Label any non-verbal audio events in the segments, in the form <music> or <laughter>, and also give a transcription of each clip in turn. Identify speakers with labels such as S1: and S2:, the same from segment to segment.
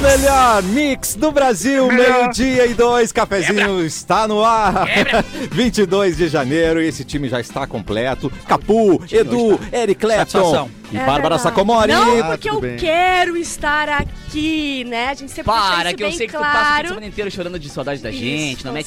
S1: melhor mix do Brasil, meio-dia e dois, cafezinho está no ar. <laughs> 22 de janeiro e esse time já está completo. Capu, Edu, Eric Clapton
S2: Satisfação.
S3: É
S1: e Bárbara Sacomori. Tá
S4: Não,
S5: Ah,
S4: porque
S5: tudo
S4: eu
S5: bem.
S4: quero estar aqui, né? A gente sempre deixa
S2: Para,
S4: isso
S2: que eu
S4: bem
S2: sei que tu passa a
S4: claro.
S2: semana inteira chorando de saudade da
S4: Isso,
S2: gente, não
S4: com
S2: mete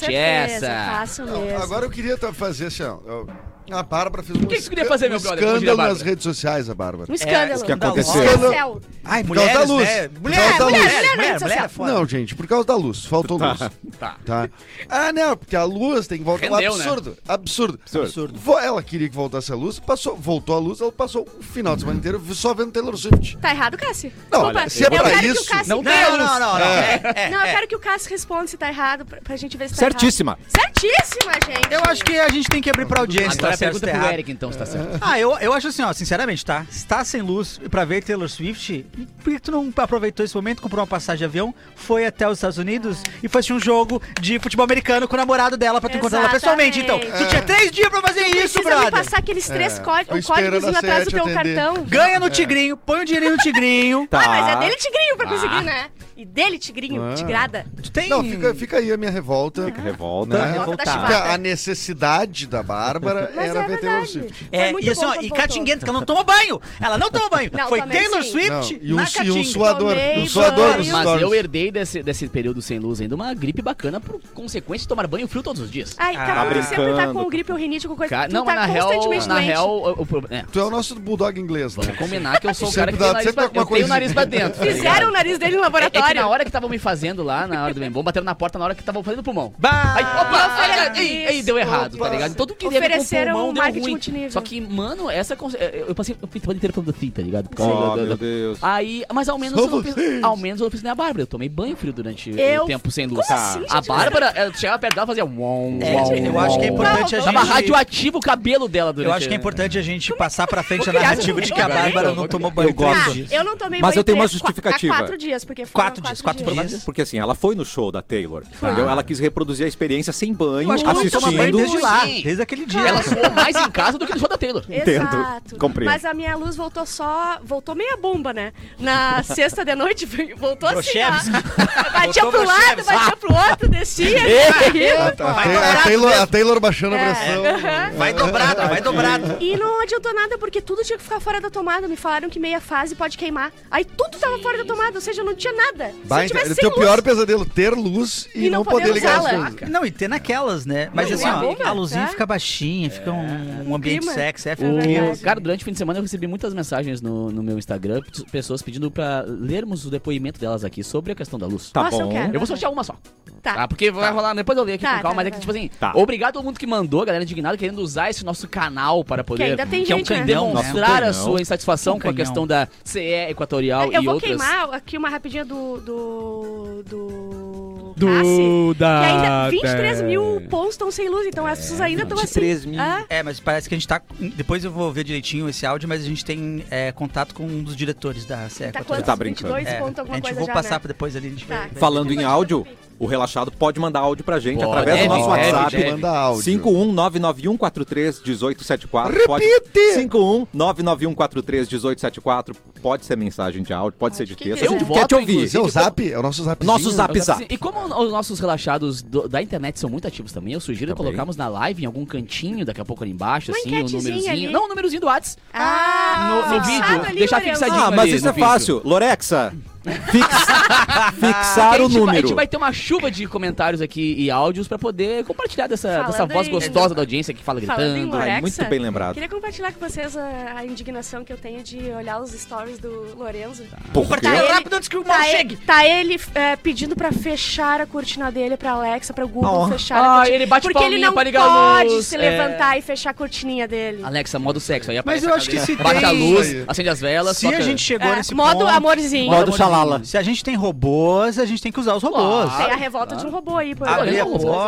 S2: essa.
S4: certeza, tá.
S2: É,
S4: Faço
S5: Não,
S4: mesmo.
S5: Agora eu queria ta- fazer assim, ó. ó, A Bárbara fez um,
S2: que que tu queria
S5: esca-
S2: fazer, meu
S5: um
S2: brother? Bom dia,
S5: escândalo nas
S2: Bárbara.
S5: redes sociais, a Bárbara.
S4: Um escândalo.
S1: o que aconteceu?
S4: Um
S2: é,
S5: é Escândalo.
S4: escândalo.
S3: Ai,
S5: Por causa
S3: mulheres,
S5: da luz.
S3: né?
S5: Por
S3: Mulher,
S5: causa da
S3: mulher,
S5: luz.
S3: mulher,
S4: Mulher,
S3: mulher,
S4: mulher,
S3: mulher, é foda.
S5: Não, gente, por causa da luz. Faltou luz.
S2: Tá.
S5: Tá. Ah, não, porque a luz tem que voltar.
S2: Rendeu, né?
S5: um absurdo, absurdo.
S3: Absurdo.
S5: Vo- Ela queria que voltasse a luz, passou, voltou a luz, ela passou o final de semana inteiro só vendo Taylor Swift.
S4: Tá errado, Cássio?
S5: Não,
S4: Desculpa.
S5: olha, se é
S4: eu
S5: pra
S4: quero
S5: isso,
S4: que o Cássio...
S2: não tem
S3: Não, não, não, não. É, é,
S4: Não, eu
S3: é.
S4: quero que o Cássio responda se tá errado, pra, pra gente ver se tá
S1: Certíssima.
S4: errado. Certíssima, gente.
S3: Eu acho que é a gente tem que abrir pra audiência,
S2: Agora
S3: tá certo,
S2: pergunta
S3: tá
S2: pro
S3: errado.
S2: Eric, então, se tá certo.
S3: Ah, eu, eu acho assim, ó, sinceramente, tá? Se tá sem luz pra ver Taylor Swift, por que tu não aproveitou esse momento, comprou uma passagem de avião, foi até os Estados Unidos e foi assistir um jogo de futebol americano com o namorado dela pra tu encontrar ela pessoalmente, então.
S4: Exatamente.
S3: Tu tinha três dias pra fazer isso,
S4: Precisa me
S3: brother.
S4: passar aqueles três
S5: É,
S4: códigos,
S5: tô esperando
S4: códigos
S5: a
S4: atrás do
S5: Sete
S4: teu
S5: atender.
S4: cartão.
S3: Ganha no tigrinho, põe o dinheirinho no tigrinho.
S1: Tá.
S4: Ah, mas é dele tigrinho pra conseguir,
S2: Ah.
S4: né? E dele tigrinho,
S5: Ah.
S4: tigrada.
S3: Tu tem...
S5: Não, fica, fica aí a minha revolta.
S1: Revolta.
S5: Tá.
S4: Volta da
S3: Tá.
S5: Porque
S4: chibata.
S2: Ah.
S5: a necessidade da Bárbara
S4: Mas
S5: era
S4: é
S5: ver Taylor
S4: verdade.
S5: Swift.
S4: Foi
S3: É,
S4: muito
S3: e assim,
S4: bom
S3: ó,
S4: quando
S3: e
S4: voltou.
S3: Catinguento, que ela não toma banho. Ela não toma banho.
S4: Não,
S3: Foi
S4: também
S3: Taylor
S4: sim.
S5: Não,
S3: Swift
S5: e um,
S3: na
S5: e um
S3: Catinga.
S5: suador,
S4: Tomei
S5: um suador
S4: banho.
S5: nos
S2: Mas eu
S5: stories.
S2: herdei desse, desse período sem luz ainda uma gripe bacana por consequência de tomar banho frio todos os dias.
S4: Ai,
S3: Ah.
S4: Capu,
S1: Tá
S4: tu sempre tá
S1: brincando,
S4: com gripe ou rinite, com coisa.
S2: Cara,
S4: tu
S2: não,
S4: tá
S2: mas na real,
S4: constantemente
S2: na
S4: doente.
S2: real, eu- eu- é,
S5: Tu é o nosso bulldog inglês, né?
S2: vamos combinar que eu sou o cara
S5: Sempre
S2: que
S5: dá-
S2: tem o nariz
S5: sempre
S2: pra,
S5: alguma
S2: eu tenho o
S5: coisa.
S2: nariz pra dentro. tá ligado?
S4: Fizeram o nariz dele no
S2: É, é que
S4: laboratório.
S2: na hora que estavam me fazendo lá, na hora do bem bom, bateram na porta na hora que estavam fazendo pulmão.
S3: Bah!
S2: Aí, opa,
S4: Ah,
S2: ai,
S4: isso.
S2: ei, ei, deu errado, tá ligado? Então tu queria ver com
S4: Ofereceram
S2: pulmão,
S4: um
S2: deu
S4: marketing
S2: ruim.
S4: multinível.
S2: Só que, mano, essa... conce- Eu eu passei o fim de semana inteiro falando assim, tá ligado? Por causa
S1: Oh,
S2: do- do-
S1: meu
S2: do-
S1: Deus.
S2: Aí, mas ao menos,
S5: Só
S2: eu não fiz,
S5: vocês.
S2: ao menos eu não fiz nem a Bárbara. Eu tomei banho frio durante
S4: Eu-
S2: o tempo sem luz. Ah,
S4: Como assim,
S2: a
S4: gente?
S2: Bárbara, ela chegava perto dela e fazia... Uom,
S3: É,
S2: uom,
S3: eu acho que é
S2: uom.
S3: importante a gente...
S2: Tava radioativo o cabelo dela durante...
S3: Eu acho que é importante a gente passar pra frente a
S2: criar esse
S3: narrativa
S4: é
S3: de que a
S2: momento.
S3: Bárbara não tomou banho
S1: Eu
S3: todos os
S1: gosto.
S3: dias.
S4: Tá, Eu não tomei
S1: Mas
S4: banho
S1: eu tenho uma
S4: três, qua-
S1: justificativa.
S4: Há quatro dias, porque foram
S3: Quatro dias, quatro dias.
S1: Porque assim, ela foi no show da Taylor, entendeu? Ela quis reproduzir a experiência sem banho,
S3: Eu acho que ela não toma banho
S1: assistindo.
S3: desde lá,
S2: Sim.
S3: desde aquele dia.
S2: Ela
S4: tá
S2: suou mais em casa do que no show da Taylor.
S1: Entendo,
S4: Exato.
S1: compreendo.
S4: Mas a minha luz voltou só. Voltou meia bomba, né? Na sexta de noite, voltou assim.
S3: Brochevski.
S4: ó. Batia
S3: Voltou
S4: pro lado,
S3: Brochevski.
S4: batia pro outro, descia. <laughs> ficava
S5: A,
S4: rindo.
S5: a- Ah,
S3: Vai
S5: tá. a-
S3: dobrar
S5: a
S3: as
S5: Taylor, a Taylor baixando a
S4: É.
S5: pressão.
S4: <laughs> Aham.
S3: Vai dobrada, vai dobrada.
S4: E não adiantou nada, porque tudo tinha que ficar fora da tomada. Me falaram que meia fase pode queimar. Aí tudo tava fora da tomada, ou seja, não tinha nada. Se eu
S5: Vai, então,
S4: tivesse
S5: é o
S4: sem
S5: teu
S4: luz,
S5: pior pesadelo, ter luz e,
S4: E não
S5: não, poder
S4: poder
S5: ligar as
S4: usá-la.
S5: coisas.
S3: Não, e ter naquelas, né? Mas
S4: Não,
S3: assim,
S4: é
S3: ó,
S4: bomba,
S3: a luzinha
S4: tá?
S3: fica baixinha, fica um, um ambiente
S4: clima.
S3: sexy, é, fica um clima.
S4: verdade.
S2: O... Cara, durante o fim de semana eu recebi muitas mensagens no, no meu Instagram, p- pessoas pedindo pra lermos o depoimento delas aqui sobre a questão da luz.
S1: Tá
S4: Nossa, eu
S1: bom.
S4: quero.
S2: Eu vou sortear uma só.
S4: Ah, é Tá.
S2: Tá, porque vai rolar, depois eu leio aqui
S4: Tá,
S2: com calma,
S4: tá,
S2: mas é que,
S4: tá.
S2: tipo assim,
S1: Tá.
S2: obrigado a todo mundo que mandou, galera indignada, querendo usar esse nosso canal para poder
S4: ainda tem
S2: que é um
S4: gente, né?
S2: canhão, demonstrar
S1: Nosso
S2: a sua
S1: canhão.
S2: insatisfação
S3: Um
S2: com a
S3: canhão.
S2: questão da CE Equatorial
S4: Eu
S2: e
S4: vou
S2: outras.
S4: queimar aqui uma rapidinha do. do. do.
S2: Do-
S4: Cassi,
S2: da-
S4: que ainda 23
S2: da-
S4: mil pontos estão sem luz, então as
S2: É.
S4: pessoas ainda estão assim.
S1: 23 mil.
S4: Ah,
S3: É, mas parece que a gente tá. Depois eu vou ver direitinho esse áudio, mas a gente tem é, contato com um dos diretores da SEC.
S4: tá
S1: Tu
S4: quanto?
S1: tá brincando.
S4: 22
S3: É,
S4: ponto
S3: a
S4: alguma
S3: gente
S4: coisa
S3: vou
S4: já,
S3: passar
S4: né?
S3: depois ali, a gente
S4: Tá.
S3: vai. vai-
S1: Falando em áudio, o relaxado pode mandar áudio pra gente
S2: Pode,
S1: através do nosso
S2: deve,
S1: WhatsApp.
S2: deve,
S5: Manda áudio.
S1: 51991431874.
S5: Repite!
S1: 51991431874. Pode ser mensagem de áudio, pode ser de
S4: Ah, que é
S1: texto.
S4: quiser.
S1: a gente
S2: Eu
S1: quer te
S2: voto,
S1: ouvir.
S2: inclusive.
S3: tipo-
S5: Seu zap? É o nosso zap.
S1: Nosso zap. Apesar.
S2: assim. E como os nossos relaxados do- da internet são muito ativos também, eu sugiro
S1: Também.
S2: colocarmos na live, em algum cantinho, daqui a pouco ali embaixo,
S4: Uma
S2: assim, o
S4: enquetezinha
S2: númerozinho.
S4: ali.
S2: Não, o númerozinho do Whats.
S4: Ah,
S2: no, no
S4: fixado
S2: vídeo.
S4: ali,
S2: deixar
S4: Mariano.
S2: fixadinho.
S1: Ah, mas
S2: ali
S1: isso
S2: no
S1: é
S2: vídeo.
S1: fácil. Lorexa,
S4: <laughs>
S1: fix-
S2: Porque
S1: fixar
S2: a
S1: o
S2: gente vai- a
S1: número.
S2: gente vai ter uma chuva de comentários aqui e áudios pra poder compartilhar dessa,
S4: Falando
S2: dessa voz
S4: em-
S2: gostosa da audiência que fala
S4: Falando em
S2: gritando.
S4: Lorexa,
S1: muito bem lembrado.
S4: Queria compartilhar com vocês a, a indignação que eu tenho de olhar os stories do Lorenzo.
S1: Por quê?
S4: ele-
S3: rápido antes que o mal
S4: Tá
S3: chegue.
S4: ele, tá ele é, pedindo pra fechar a cortina dele pra Alexa, pra Google
S1: Oh.
S4: fechar a
S2: Ah,
S4: cortina.
S2: ele bate
S4: porque ele
S2: palminha
S4: não
S2: pra ligar a
S4: pode
S2: luz,
S4: se
S2: é.
S4: levantar e fechar a cortininha dele.
S2: Alexa, modo sexo. Aí aparece
S3: eu
S2: a
S3: acho que
S2: cadeira,
S3: se
S2: Baixa a
S3: tem-
S2: luz,
S5: Isso aí.
S2: acende as velas.
S3: Se a
S2: toca-
S3: gente chegou
S4: Tá É,
S3: nesse
S4: modo
S3: ponto,
S4: amorzinho.
S1: Modo xalala.
S3: Se a gente tem robôs, a gente tem que usar os robôs.
S2: Claro.
S4: Tem a revolta de um robô aí, por
S3: Abrir a
S2: Lorenzo.
S3: robô.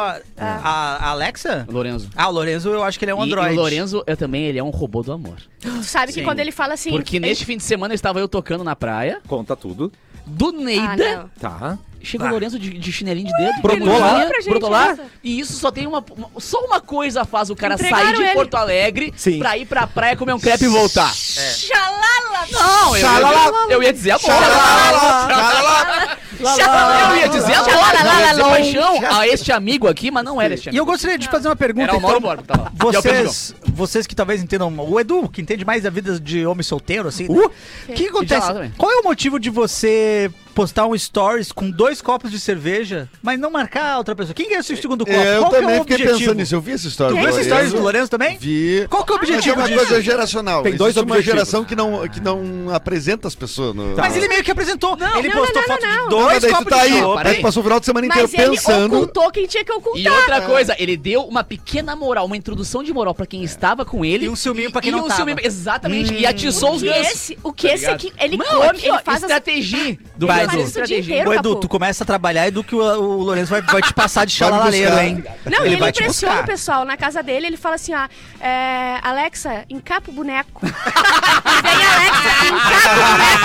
S3: A Alexa?
S2: Lorenzo.
S3: Ah, o Lorenzo eu acho que ele é um
S2: E-
S3: androide.
S2: E, o Lorenzo eu também, ele é um robô do amor.
S4: Tu sabe
S3: Sim.
S4: que quando ele fala assim.
S2: Porque
S4: ele-
S2: neste fim de semana estava eu tocando na praia,
S1: Conta tudo.
S2: do
S4: Ah,
S2: Neida,
S4: não.
S1: Tá.
S2: Chegou
S3: Tá.
S2: o Lourenço de, de chinelinho de dedo.
S1: Brotou
S2: ele
S1: lá.
S2: vinha,
S4: Pra gente,
S2: brotou lá.
S4: nossa.
S2: E isso só tem uma, uma- Só uma coisa faz o cara
S4: Entregaram
S2: sair de
S4: ele.
S2: Porto Alegre
S1: Sim.
S2: pra ir pra praia comer um crepe e voltar.
S4: Xalala!
S2: Não, eu, eu, eu ia dizer a bola.
S1: Xalala.
S2: Eu ia dizer
S4: Lá,
S2: agora,
S4: lá,
S2: eu
S4: lá,
S2: ia dizer
S4: lá,
S2: paixão a este amigo aqui, mas não era este
S3: E
S2: amigo.
S3: eu gostaria de fazer uma pergunta.
S2: Era o Mauro
S3: então.
S2: Borba que tava lá. E é o Pedro
S3: Vocês, vocês que talvez entendam, o Edu, que entende mais da vida de homem solteiro, assim, né?
S1: Uh!
S3: o que
S2: E já lá
S3: acontece?
S2: também.
S3: Qual é o motivo de você postar um stories com dois copos de cerveja, mas não marcar a outra pessoa? Quem ganha o seu segundo copo?
S5: Eu
S3: Qual que
S5: também
S3: é o
S5: fiquei
S3: objetivo?
S5: pensando nisso. Eu vi essa história.
S3: Tu viu
S5: do
S3: essa
S5: Lourenço.
S3: história do Lourenço também?
S5: Vi.
S3: Qual que é o
S5: Mas é
S3: objetivo
S5: uma
S3: disso?
S5: coisa geracional.
S1: Tem dois
S5: Existe uma
S1: objetivos.
S5: geração que não, que não apresenta as pessoas. No...
S3: Tá. Mas ele meio que apresentou. ele
S4: não,
S3: postou
S4: não, não,
S3: foto
S4: não.
S3: de
S5: Não, mas
S3: dois
S5: daí tu
S3: copos
S5: tá
S3: de
S5: aí.
S3: chopp.
S5: Aí tu passou o final de semana inteiro
S4: Mas ele
S5: pensando.
S4: ocultou quem tinha que ocultar.
S2: E outra coisa, ele deu uma pequena moral, uma introdução de moral pra quem estava com ele.
S3: É. E um ciúminho pra quem
S2: e
S3: não
S2: um
S3: tava. Hum.
S2: ciúminho- exatamente, e atiçou
S4: o
S2: os
S4: que
S2: gansos.
S4: esse, o que
S2: tá
S4: esse
S2: ligado?
S4: aqui, ele
S2: Não,
S4: come,
S2: aqui, ó,
S4: ele faz as...
S2: estratégia
S4: <laughs>
S2: do
S3: Mas
S2: Brasil.
S3: isso
S4: o dia
S2: Estratégia.
S4: inteiro.
S3: um Ô, Edu,
S4: Capô.
S3: tu começa a trabalhar e do que o, o Lourenço vai, vai te passar de xalalaleiro,
S5: buscar.
S3: hein? É
S4: Não, e ele,
S3: vai te
S4: impressiona o
S3: buscar.
S4: pessoal. Na casa dele, ele fala assim, ó... é, Alexa, encapa o boneco. <laughs> Vem, Alexa, encapa o boneco.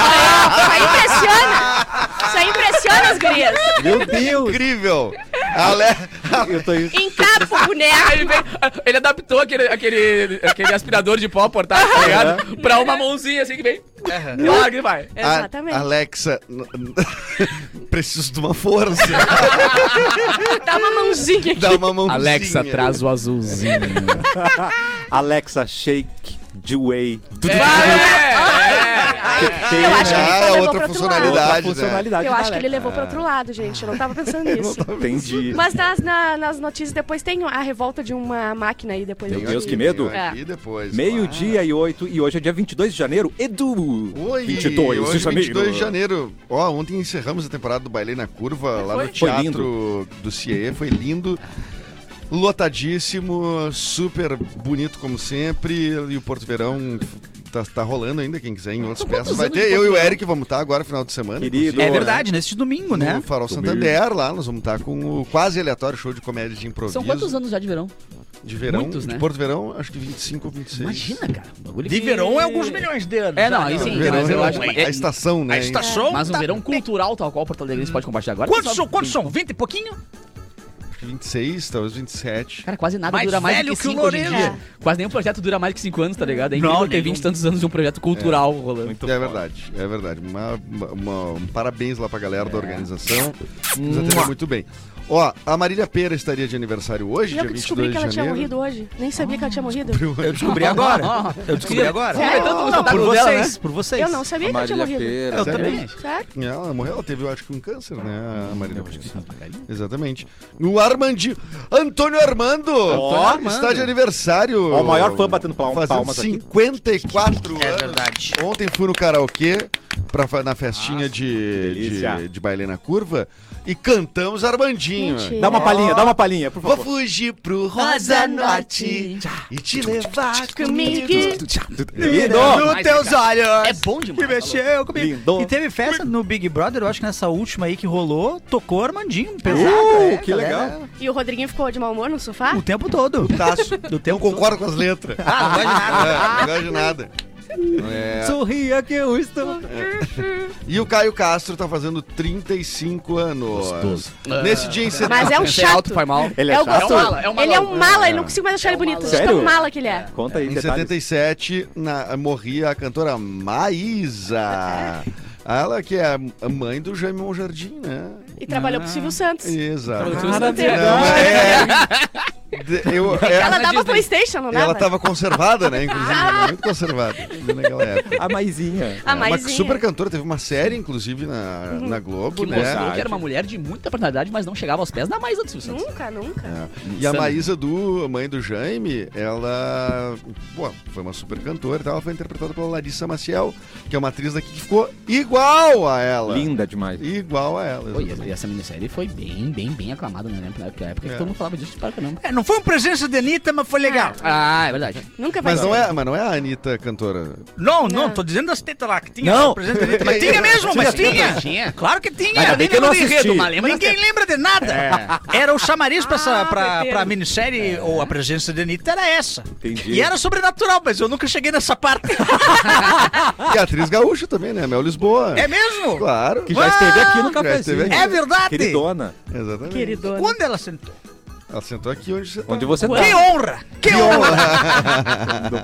S4: Aí, ó, Isso aí impressiona. Isso aí impressiona as gurias.
S1: Meu Deus!
S5: Incrível. Ale...
S1: Eu tô
S4: Encapa o
S2: Ah,
S4: boneco.
S2: Ele, veio- <laughs> ele adaptou aquele, aquele, aquele aspirador de pó portátil, tá ligado? Pra uma mãozinha assim que vem. Larga e vai.
S5: Ah, A-
S4: Exatamente.
S5: Alexa, n- n- <laughs> preciso de uma força.
S4: <laughs> Dá uma mãozinha aqui.
S5: Dá uma mãozinha.
S2: o azulzinho.
S1: Alexa Shake de Way.
S2: É,
S4: Eu É. acho que é ele só levou
S5: Ah, outra
S4: pra outro lado.
S5: funcionalidade.
S1: Outra
S5: né?
S1: funcionalidade.
S4: Eu
S1: da
S4: acho que ele
S1: Alexa.
S4: levou pra outro lado, gente. <laughs> Eu não tava pensando nisso.
S1: Entendi.
S4: Mas nas, na- nas notícias depois tem a revolta de uma máquina aí depois.
S1: Meu
S4: eu
S1: Deus,
S4: vi.
S1: que medo.
S5: Aqui depois.
S1: Meio-dia e oito, e hoje é dia 22 de janeiro. Edu!
S5: claro. Oi,
S1: 22
S5: hoje, é
S1: de janeiro.
S5: 22 de janeiro. Ó, ontem encerramos a temporada do Bailei na Curva, lá no
S1: Foi
S5: teatro do CIE. Foi lindo. Lotadíssimo, super bonito como sempre. E o Porto Verão tá, tá rolando ainda, quem quiser, em outras peças. Vai ter eu e o Eric vamos estar agora, final de semana.
S1: Querido.
S3: É verdade, nesse domingo, né?
S5: No Farol
S1: Domingo.
S5: Santander, lá nós vamos estar com o quase aleatório show de comédia de improviso.
S2: São quantos anos já de verão?
S5: De verão,
S2: Muitos,
S5: de
S2: né?
S5: Porto Verão, acho que 25 ou 26.
S2: Imagina, cara. o bagulho
S3: De
S2: que-
S3: verão é alguns milhões de anos.
S2: É, não,
S3: já,
S2: aí
S3: né?
S2: sim,
S5: O verão
S2: mas eu
S5: é
S2: acho
S5: um-
S2: que-
S5: a estação, né?
S3: A estação.
S2: Mas um
S3: tá-
S2: verão cultural, tal qual Porto Alegre pode compartilhar agora.
S3: Quantos
S2: Só-
S3: são? Quantos são? 20 e pouquinho?
S5: Acho que 26, talvez 27.
S2: Cara, quase nada
S3: Mais
S2: dura mais do
S3: velho
S2: que
S3: que o
S2: 5 hoje em
S3: Lourenço.
S2: dia. Quase nenhum projeto dura mais que 5 anos, tá ligado? É
S3: Não,
S2: incrível ter
S3: nenhum.
S2: 20 e tantos anos de um projeto cultural rolando.
S5: é verdade, é verdade. Uma- uma- um parabéns lá pra galera da organização. Nos atendeu muito bem. Ó, a Marília Pera estaria de aniversário hoje,
S4: E eu
S5: dia
S4: que descobri
S5: 22
S4: que
S5: de
S4: ela tinha
S5: janeiro.
S4: morrido hoje. Nem sabia que ela tinha morrido.
S3: Eu descobri agora. Eu descobri agora.
S2: Você vai tanto no
S3: Não, tá por
S2: espetáculo dela,
S3: vocês, por vocês.
S4: Eu não sabia que ela tinha
S1: Marília
S4: morrido.
S1: Pera.
S3: Eu
S1: Sério?
S3: também.
S4: Sério?
S5: Ela morreu, ela teve, eu acho que um câncer, né,
S4: Hum,
S5: a Marília? Acho que- Exatamente. O Armandinho. Antônio Armando!
S1: Ó,
S5: Antônio Está de aniversário.
S1: Ó, o maior fã batendo palma-
S5: Fazendo
S1: palmas aqui.
S5: 54
S3: É
S5: anos.
S3: verdade.
S5: Ontem fui no karaokê pra, fa- na festinha de,
S1: delícia.
S5: de, de baile na curva e cantamos Armandinho.
S4: Mentira.
S1: Dá uma palhinha, dá uma palhinha, por
S5: É. Vou
S1: favor.
S5: fugir pro Rosa Norte e te levar comigo.
S1: Lindo!
S3: Nos teus olhos.
S2: É bom demais.
S3: Que mexeu comigo.
S1: Lindo.
S3: E teve festa no Big Brother, eu acho que nessa última aí que rolou, tocou Armandinho, pesado.
S1: Uh,
S3: é,
S1: que
S5: tá
S3: galera.
S1: legal.
S4: E o Rodriguinho ficou de mau humor no sofá?
S3: O tempo todo. Do
S5: Eu
S3: tempo todo.
S5: concordo com as <laughs> letras.
S3: Ah, não gosto
S5: É, não gosto de
S3: de nada.
S5: nada. É,
S3: Sorria que eu estou.
S5: E o Caio Castro tá fazendo 35 anos. Nesse dia em setembro.
S4: Mas é um
S2: Pensei alto,
S4: chato.
S2: faz mal.
S1: Ele
S4: É
S1: é
S4: o
S1: chato?
S2: É um
S4: gostoso.
S2: mala, é um
S4: Ele é
S2: malão.
S4: um mala e não consigo mais achar ele bonito. De
S1: Sério?
S4: tão mala que ele é.
S1: Conta aí, tá
S5: Em
S1: detalhes.
S5: 77, na- morria a cantora Maísa. Ela que é a mãe do Jaime Monjardim, né?
S4: E trabalhou pro Silvio Santos.
S5: Exato.
S2: Cara,
S5: Não, é... de- eu- é-
S4: Ela dava
S2: Disney.
S4: Playstation, não dava?
S5: Ela tava conservada, né? Inclusive, tava muito conservada naquela época. é
S1: A
S5: <laughs>
S1: maisinha.
S4: A
S5: Uma
S4: maisinha.
S5: super cantora, teve uma série, inclusive, na, na Globo,
S2: Que
S5: né?
S2: mostrou que era uma mulher de muita personalidade, mas não chegava aos pés da mais do Silvio Santos.
S4: Nunca, nunca.
S5: É. E a Maísa Du, a mãe do Jaime, ela pô, foi uma super cantora e tal. Ela foi interpretada pela Larissa Maciel, que é uma atriz daqui que ficou igual a ela.
S1: Linda demais.
S5: Igual a ela.
S2: Oi,
S5: exatamente.
S2: e essa minissérie foi bem, bem, bem aclamada, né? Porque na época, na época
S5: É.
S2: que todo mundo falava disso para caramba.
S3: É, não foi um presença de Anitta, mas foi legal.
S2: Ah, é verdade.
S4: Nunca vai
S5: Mas
S4: ser.
S5: não, é, mas não é a Anitta cantora.
S3: Não, não,
S4: Não.
S3: tô dizendo das tetas lá, que tinha
S1: Não.
S3: presença de Anitta. Mas tinha mesmo, mas tinha.
S2: Tinha.
S3: Claro que tinha.
S1: Ainda bem
S3: Nem
S1: que eu não
S3: lembro do
S1: assisti.
S3: enredo, mas lembra das Ninguém lembra de nada. <laughs> Era o chamariz pra, essa,
S4: Ah,
S3: pra,
S4: Pedro.
S3: pra minissérie, ou a presença de Anitta era essa.
S1: Entendi.
S3: E era sobrenatural, mas eu nunca cheguei nessa parte.
S5: E a atriz gaúcha também, né? Mel Lisboa.
S3: É mesmo?
S5: Claro.
S1: Que já esteve aqui no
S5: já esteve
S1: cafezinho.
S5: aqui.
S3: É verdade.
S1: Queridona.
S5: Exatamente.
S4: Queridona.
S3: Quando ela sentou?
S5: Ela sentou aqui onde você tá.
S1: Onde você tá?
S3: Que honra! Que honra!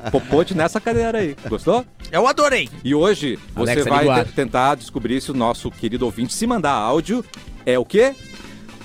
S1: No Popote nessa cadeira aí. Gostou?
S3: Eu adorei.
S1: E hoje você
S2: Alexa,
S1: vai
S2: linguagem.
S1: te- tentar descobrir se o nosso querido ouvinte se mandar áudio é o quê?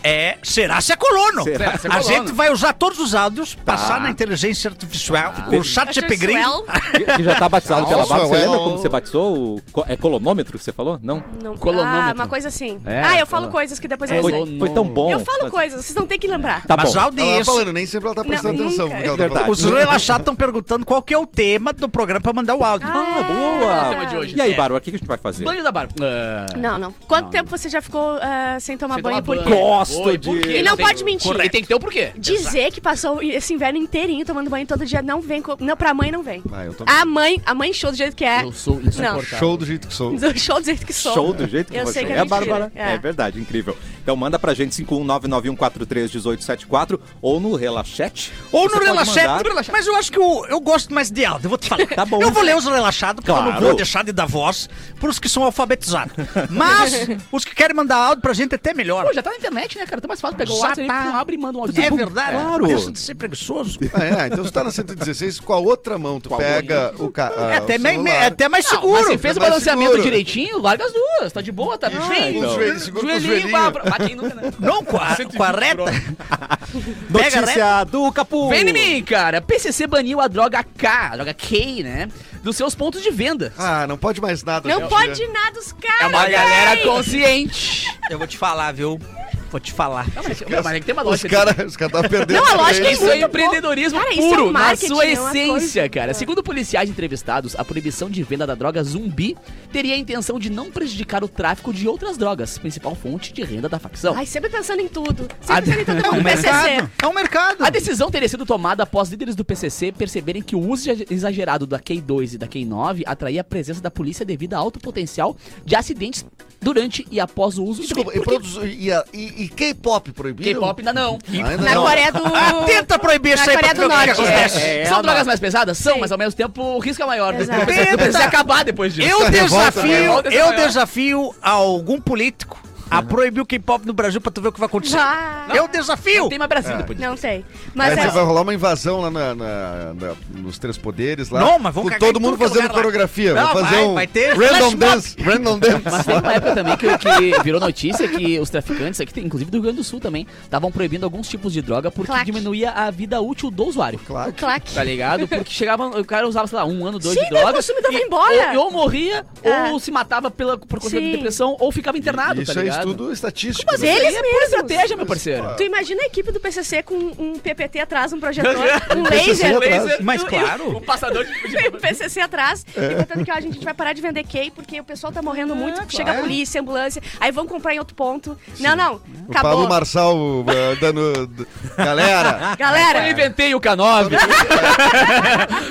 S3: É, será se é colono?
S1: Será
S3: A gente vai usar todos os áudios, passar na inteligência artificial, com o chat GPT.
S4: Suel?
S1: Que, que já tá batizado pela
S5: Nossa, é.
S1: barba. Você
S5: ué,
S1: lembra
S5: ó.
S1: como você batizou? O co- é colonômetro que você falou? Não?
S4: Não,
S2: Colonômetro.
S4: ah, uma coisa assim.
S2: É,
S4: ah, eu falo
S2: colon- É,
S4: coisas que depois eu
S1: Foi,
S4: não sei.
S2: colon-
S1: foi tão bom.
S4: Eu falo
S1: Mas-
S4: coisas, vocês não têm que lembrar.
S1: Tá
S3: Mas
S1: bom.
S5: Ela tá
S3: áudios.
S5: falando, nem sempre ela tá prestando
S4: Não,
S5: atenção.
S4: nunca.
S5: no que ela
S1: É
S5: tá falando.
S3: Os relaxados estão perguntando qual que é o tema do programa pra mandar o áudio.
S1: Ah,
S2: É o
S1: boa!
S2: tema de hoje.
S1: E aí,
S2: É.
S1: Baru, o que que a gente vai fazer?
S2: Banho da barba. Ah.
S4: Não, não. Quanto
S2: Não,
S4: tempo você já ficou ah, sem tomar
S2: Sem
S4: banho?
S2: tomar
S4: Por
S2: banho.
S4: quê?
S1: Gosto
S2: Oi, por
S1: de-
S2: quê?
S4: Ele não
S2: Tem-
S4: pode mentir.
S2: Correto. Ele tem que ter o porquê.
S4: Dizer que passou esse inverno inteirinho tomando banho todo dia não vem. co- Não, pra mãe não vem.
S5: Ah, eu tô...
S4: A mãe, a mãe show do jeito que é.
S2: Eu sou
S4: Não.
S2: insuportável.
S5: Show do jeito
S4: <laughs>
S5: que
S4: Show <laughs> do
S5: sou.
S4: jeito que sou.
S1: Show do jeito que
S4: Eu
S1: você
S4: sei que
S1: é,
S4: é mentira.
S1: Bárbara. É.
S4: É.
S1: verdade, incrível. Então manda pra gente 51991431874 ou no Relaxete.
S3: Ou
S1: Você
S3: no
S1: pode mandar.
S3: relaxado, mas eu acho que o- eu gosto mais de áudio, eu vou te falar.
S1: Tá bom.
S3: Eu vou ler os relaxados, porque eu não
S1: Claro.
S3: vou deixar de dar voz pros que são alfabetizados. Mas os que querem mandar áudio pra gente é até melhor.
S2: Pô, já tá na internet, né, cara? Tá mais fácil pegar o
S3: Já
S2: WhatsApp, ele
S3: tá.
S2: abre e manda um áudio.
S3: É verdade,
S1: Claro.
S3: deixa de ser preguiçoso.
S5: Ah, é, então você tá na 116, com a outra mão tu
S1: Com a
S5: pega o ca...
S3: É
S5: ah, o
S3: até, mais,
S5: celular.
S3: é até mais
S2: Não,
S3: seguro.
S2: Ah, mas se fez o
S5: mais
S2: balanceamento
S5: seguro.
S2: direitinho, larga as duas. Tá de boa, tá bem.
S5: então. Joelho, segura com o joelhinho.
S2: pá, pra- bate aí nunca, né?
S3: Não, com a, com a reta. Pega reta.
S1: Notícia do Capu.
S2: Vem em mim, cara. PCC baniu a droga K, a droga K, né? Dos seus pontos de venda.
S5: Ah, não pode mais nada. né?
S4: Não
S5: hoje em
S4: pode
S5: dia.
S4: nada os caras.
S2: É uma
S4: velho.
S2: galera consciente.
S3: Eu vou te falar, viu? Vou te falar.
S2: Não, mas, mas é que tem uma
S5: Os
S2: lógica.
S5: caras os cara tá perdendo.
S4: Não, a lógica é
S5: isso.
S2: Isso é
S4: muito
S2: empreendedorismo
S4: Cara, isso é um
S2: puro, na
S4: marketing,
S2: sua
S4: é uma
S2: essência,
S4: coisa.
S2: cara. Segundo policiais entrevistados, a proibição de venda da droga zumbi teria a intenção de não prejudicar o tráfico de outras drogas, principal fonte de renda da facção.
S4: Ai, sempre pensando em tudo.
S2: Ah,
S4: Sempre pensando em todo
S3: <laughs> É um
S4: mundo. PCC.
S3: mercado. É um mercado.
S2: A decisão teria sido tomada após líderes do PCC perceberem que o uso exagerado da K2 e da K9 atraía a presença da polícia devido a alto potencial de acidentes durante e após o uso.
S5: Desculpa, é e,
S2: Por quê?
S5: produz- e, a- e- e K-pop proibido?
S2: K-pop ainda não.
S5: Ainda
S4: Na
S5: não.
S4: Coreia do...
S3: Ah, Tenta proibir isso
S4: Na
S3: aí pra
S4: Coreia
S3: tu ver
S4: do
S3: o que
S4: Norte.
S3: acontece.
S4: É.
S2: São
S1: não.
S2: drogas mais pesadas? São,
S4: Sim.
S2: mas ao mesmo tempo o risco é maior. né?
S4: Exato.
S2: Eu preciso- eu preciso
S3: Tenta.
S2: acabar depois disso.
S3: Eu
S5: revolta, né?
S3: desafio,
S2: Revolta essa
S3: eu
S2: maior.
S3: desafio a algum político a proibir o K-pop no Brasil pra tu ver o que vai acontecer.
S4: Já.
S3: Eu desafio!
S2: Não tem mais Brasil depois disso.
S4: Não sei.
S5: Mas
S4: Mas
S5: vai
S4: é...
S5: rolar uma invasão lá na, na- na- nos Três Poderes lá.
S3: Não, mas vão
S5: Com
S3: cagar
S5: todo
S3: em
S5: mundo
S3: tudo que é
S5: fazendo
S3: lugar lá.
S5: coreografia.
S3: Não,
S5: vão fazer
S3: vai,
S5: um
S3: vai ter flash
S5: random
S3: mob.
S5: dance. Random
S2: Mas
S3: <laughs>
S5: dance.
S2: tem uma época também que, que virou notícia que os traficantes, aqui, tem- inclusive do Rio Grande do Sul também, estavam proibindo alguns tipos de droga porque
S4: Clac.
S2: diminuía a vida útil do usuário.
S5: Claro.
S4: Claque.
S2: Tá ligado? Porque chegava, o cara usava, sei lá, um ano, dois
S4: Sim,
S2: de
S4: daí o
S2: droga.
S4: consumidor
S2: e
S4: vai embora.
S2: Ou, ou morria,
S4: É.
S2: ou se matava pela, por conta de
S4: Sim.
S2: depressão, ou ficava internado,
S5: Isso
S2: tá
S5: é
S2: ligado?
S5: estudo estatístico.
S4: Mas
S5: né?
S2: Isso aí
S4: eles
S2: é pura
S4: mesmos.
S2: estratégia, meu parceiro.
S5: Isso,
S4: Tu imagina a equipe do PCC com um PPT atrás, um projetor, um
S5: PCC
S4: laser. <laughs> um
S5: atrás.
S3: Mas
S2: e- e-
S3: claro.
S2: O passador de...
S4: Tem o PCC atrás, e contando que ó, a gente vai parar de vender K porque o pessoal tá morrendo muito. Chega a polícia, ambulância, aí vão comprar em outro ponto. Não, não,
S5: O
S4: acabou.
S5: Pablo Marçal eh, dando. d-
S4: <laughs>
S5: Galera,
S2: Quando eu
S4: Galera,
S2: inventei o K9, <laughs>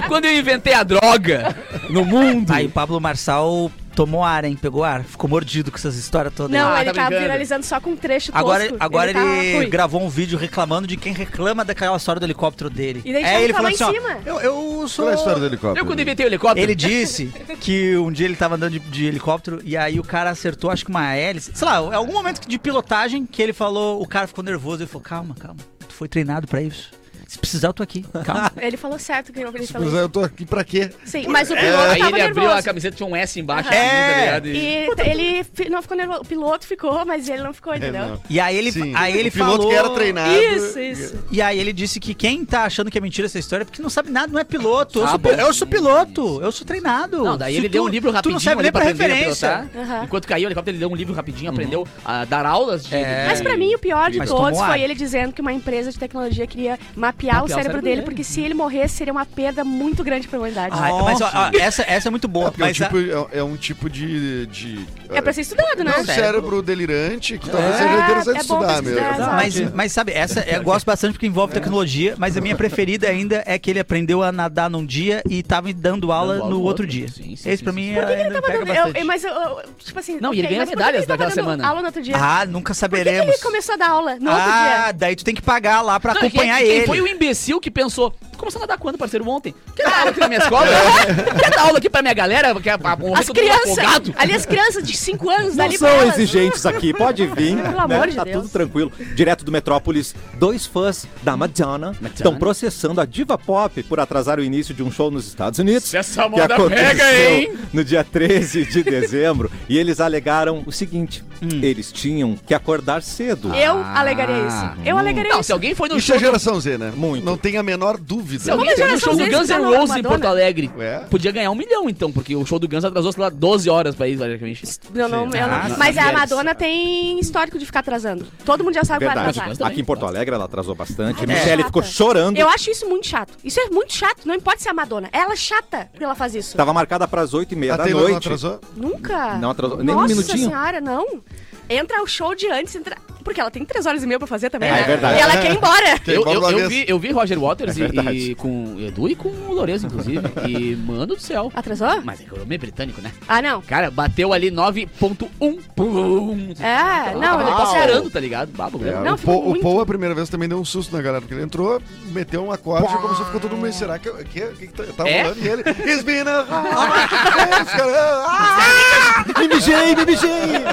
S2: quando eu inventei a droga no mundo,
S3: Aí o Pablo Marçal tomou ar, hein? Pegou ar. Ficou mordido com essas histórias todas.
S4: não,
S3: aí.
S2: Ah,
S4: ele
S2: tá
S4: tá
S2: brincando.
S4: viralizando só com um trecho
S3: Agora,
S4: tosco.
S3: agora ele,
S4: tá ruim.
S3: gravou um vídeo reclamando de quem reclama daquela história do helicóptero dele.
S4: E daí
S3: é,
S4: chama
S3: ele
S4: pra lá
S3: falou assim,
S4: em
S3: ó,
S4: cima.
S3: eu, eu sou...
S5: qual é a história do helicóptero?
S2: eu quando inventei o helicóptero,
S3: Ele disse que um dia ele tava andando de, de helicóptero e aí o cara acertou, acho que uma hélice. Sei lá, em algum momento de pilotagem que ele falou, o cara ficou nervoso. Ele falou: calma, calma, tu foi treinado pra isso. Se precisar, eu tô aqui.
S5: <laughs>
S3: Calma.
S4: Ele falou certo que ele falou
S5: Mas
S4: isso.
S5: é, eu tô aqui pra quê?
S4: Sim, mas o piloto
S2: É, aí
S4: tava
S2: ele abriu a
S4: nervoso.
S2: camiseta, tinha um S embaixo,
S3: Aham.
S2: assim, tá
S3: É.
S2: ligado? E-
S4: E ele fi- não ficou nervoso. O piloto ficou, mas ele não ficou, entendeu?
S5: não.
S3: e aí ele,
S5: Sim,
S3: aí ele
S5: o piloto
S3: falou.
S5: que era treinado. é
S4: Isso, isso.
S3: E aí ele disse que quem tá achando que é mentira essa história é porque não sabe nada, não é piloto. Eu,
S2: Ah,
S3: sou,
S2: bom.
S3: pi- eu sou piloto, eu sou treinado.
S2: Não, daí
S3: Se
S2: ele deu
S3: tu-
S2: um livro rapidinho
S3: Tu não sabe
S2: ali
S3: nem pra
S2: aprender a
S3: referência. Uhum.
S2: pilotar.
S4: Aham.
S2: Enquanto caiu o helicóptero, ele deu um livro rapidinho, aprendeu a dar aulas de...
S3: É.
S4: Mas pra mim o pior de
S3: Mas
S4: todos
S3: tomou ar.
S4: foi ele dizendo que uma empresa de tecnologia queria mapear, o, cérebro dele, porque se ele morresse seria uma perda muito grande pra humanidade.
S3: Ah, mas ó, ó, essa, essa é muito boa.
S5: É, porque é um
S3: mas a-
S5: tipo- é- é um tipo de. de
S4: é pra ser estudado, né?
S5: Não, um cérebro delirante, que talvez seja interessante
S4: é bom
S5: estudar mesmo.
S4: pesquisar, exato.
S3: Mas, mas sabe, essa eu gosto bastante porque envolve
S4: É.
S3: tecnologia, mas a minha preferida ainda é que ele aprendeu a nadar num dia e tava dando aula
S2: aula no
S3: no outro
S2: outro.
S3: dia.
S2: Sim, sim,
S3: Esse
S2: sim,
S3: pra
S2: sim.
S3: mim é
S4: Por que
S3: ainda
S4: ele tava
S3: pega
S4: dando. eu-
S3: bastante.
S4: eu- mas eu, eu- tipo assim.
S2: Não, e ele
S4: ok,
S2: ganhou
S4: mas por que
S2: medalhas
S4: ele tava
S2: daquela
S4: dando
S2: semana.
S4: Aula no outro dia.
S3: Ah, nunca
S4: por que que
S3: saberemos.
S4: ele começou a dar aula no outro
S3: ah,
S4: dia?
S3: daí tu tem que pagar lá pra
S2: Não,
S3: acompanhar
S2: quem, quem
S3: ele.
S2: foi o imbecil que pensou, começou a nadar quando, parceiro? Ontem. Quer dar aula aqui na minha
S3: <laughs>
S2: escola? Quer dar aula aqui pra minha galera? Quer, pra, pra,
S4: As crianças, <laughs> ali as crianças de 5 anos,
S1: Não
S4: dali pra
S1: são
S4: elas.
S1: exigentes aqui, pode vir.
S4: <laughs> Pelo
S1: né?
S4: amor de
S1: tá
S4: Deus.
S1: tudo tranquilo. Direto do Metrópolis, dois fãs da Madonna estão processando a diva pop por atrasar o início de um show nos Estados Unidos.
S2: Se essa
S1: que
S2: moda
S1: aconteceu
S2: pega, hein?
S1: no dia 13 de dezembro. e eles alegaram o seguinte:
S2: Hum.
S1: eles tinham que acordar cedo.
S4: Eu alegaria isso. Eu alegaria
S2: Não,
S4: isso.
S2: se alguém foi no
S5: Isso é
S2: show...
S5: geração Z, né?
S1: Muito.
S5: Não tem a menor dúvida.
S2: Se alguém
S4: Mas
S2: foi no
S4: olha só,
S2: show do
S4: os eles
S2: Guns N'
S4: que tá cantam
S2: Roses em
S4: Madonna.
S2: Porto Alegre,
S5: É.
S2: podia ganhar um milhão, então, porque o show do Guns atrasou, sei lá, 12 horas pra ir, praticamente.
S4: Eu não, eu não-
S3: Ah, sim.
S4: Mas a
S2: Mulheres.
S4: Madonna tem histórico de ficar atrasando. Todo mundo já sabe que vai
S1: Verdade.
S4: atrasar.
S2: mas também.
S1: Aqui em Porto Alegre ela atrasou bastante.
S4: Ai,
S1: Michelle
S4: chata.
S1: ficou chorando.
S4: Eu acho isso muito chato. Isso é muito chato. Não importa se é a Madonna. Ela é chata porque ela faz isso.
S1: Tava marcada para as 8h30
S5: A
S1: É da
S5: Taylor não
S1: noite. <laughs>
S5: atrasou?
S4: Nunca.
S1: Tá. Não atrasou. Nem um
S4: Nossa
S1: minutinho?
S4: senhora, não. Entra o show de antes, entra... Porque ela tem três horas e meia pra fazer também,
S1: É,
S4: né?
S1: é verdade.
S4: E ela quer ir embora.
S5: Tem
S2: Eu,
S5: bola
S2: eu,
S5: uma
S2: eu,
S5: vez.
S2: vi, eu vi Roger Waters
S1: É
S2: e-
S1: verdade.
S2: e, com o Edu e com o Lourenço, inclusive.
S5: <laughs>
S2: e, mano do céu.
S4: Atrasou?
S2: Mas é que o nome é britânico, né?
S4: Ah, não.
S2: Cara, bateu ali 9.1. Pum.
S4: É, não,
S2: ele
S4: ele
S2: tá
S4: tá
S2: sarando, tá ligado? Babo,
S5: É,
S2: galera.
S4: Não,
S5: o,
S4: ficou
S5: Paul, o
S4: muito.
S5: Paul, a primeira vez, também deu um susto na galera, porque ele entrou, meteu um acorde e começou, ficou todo mundo, será que, que, que, que tá, tá
S2: É?
S5: rolando? E ele, it's been a- Os caras, ah!
S1: Mimijei, mimijei!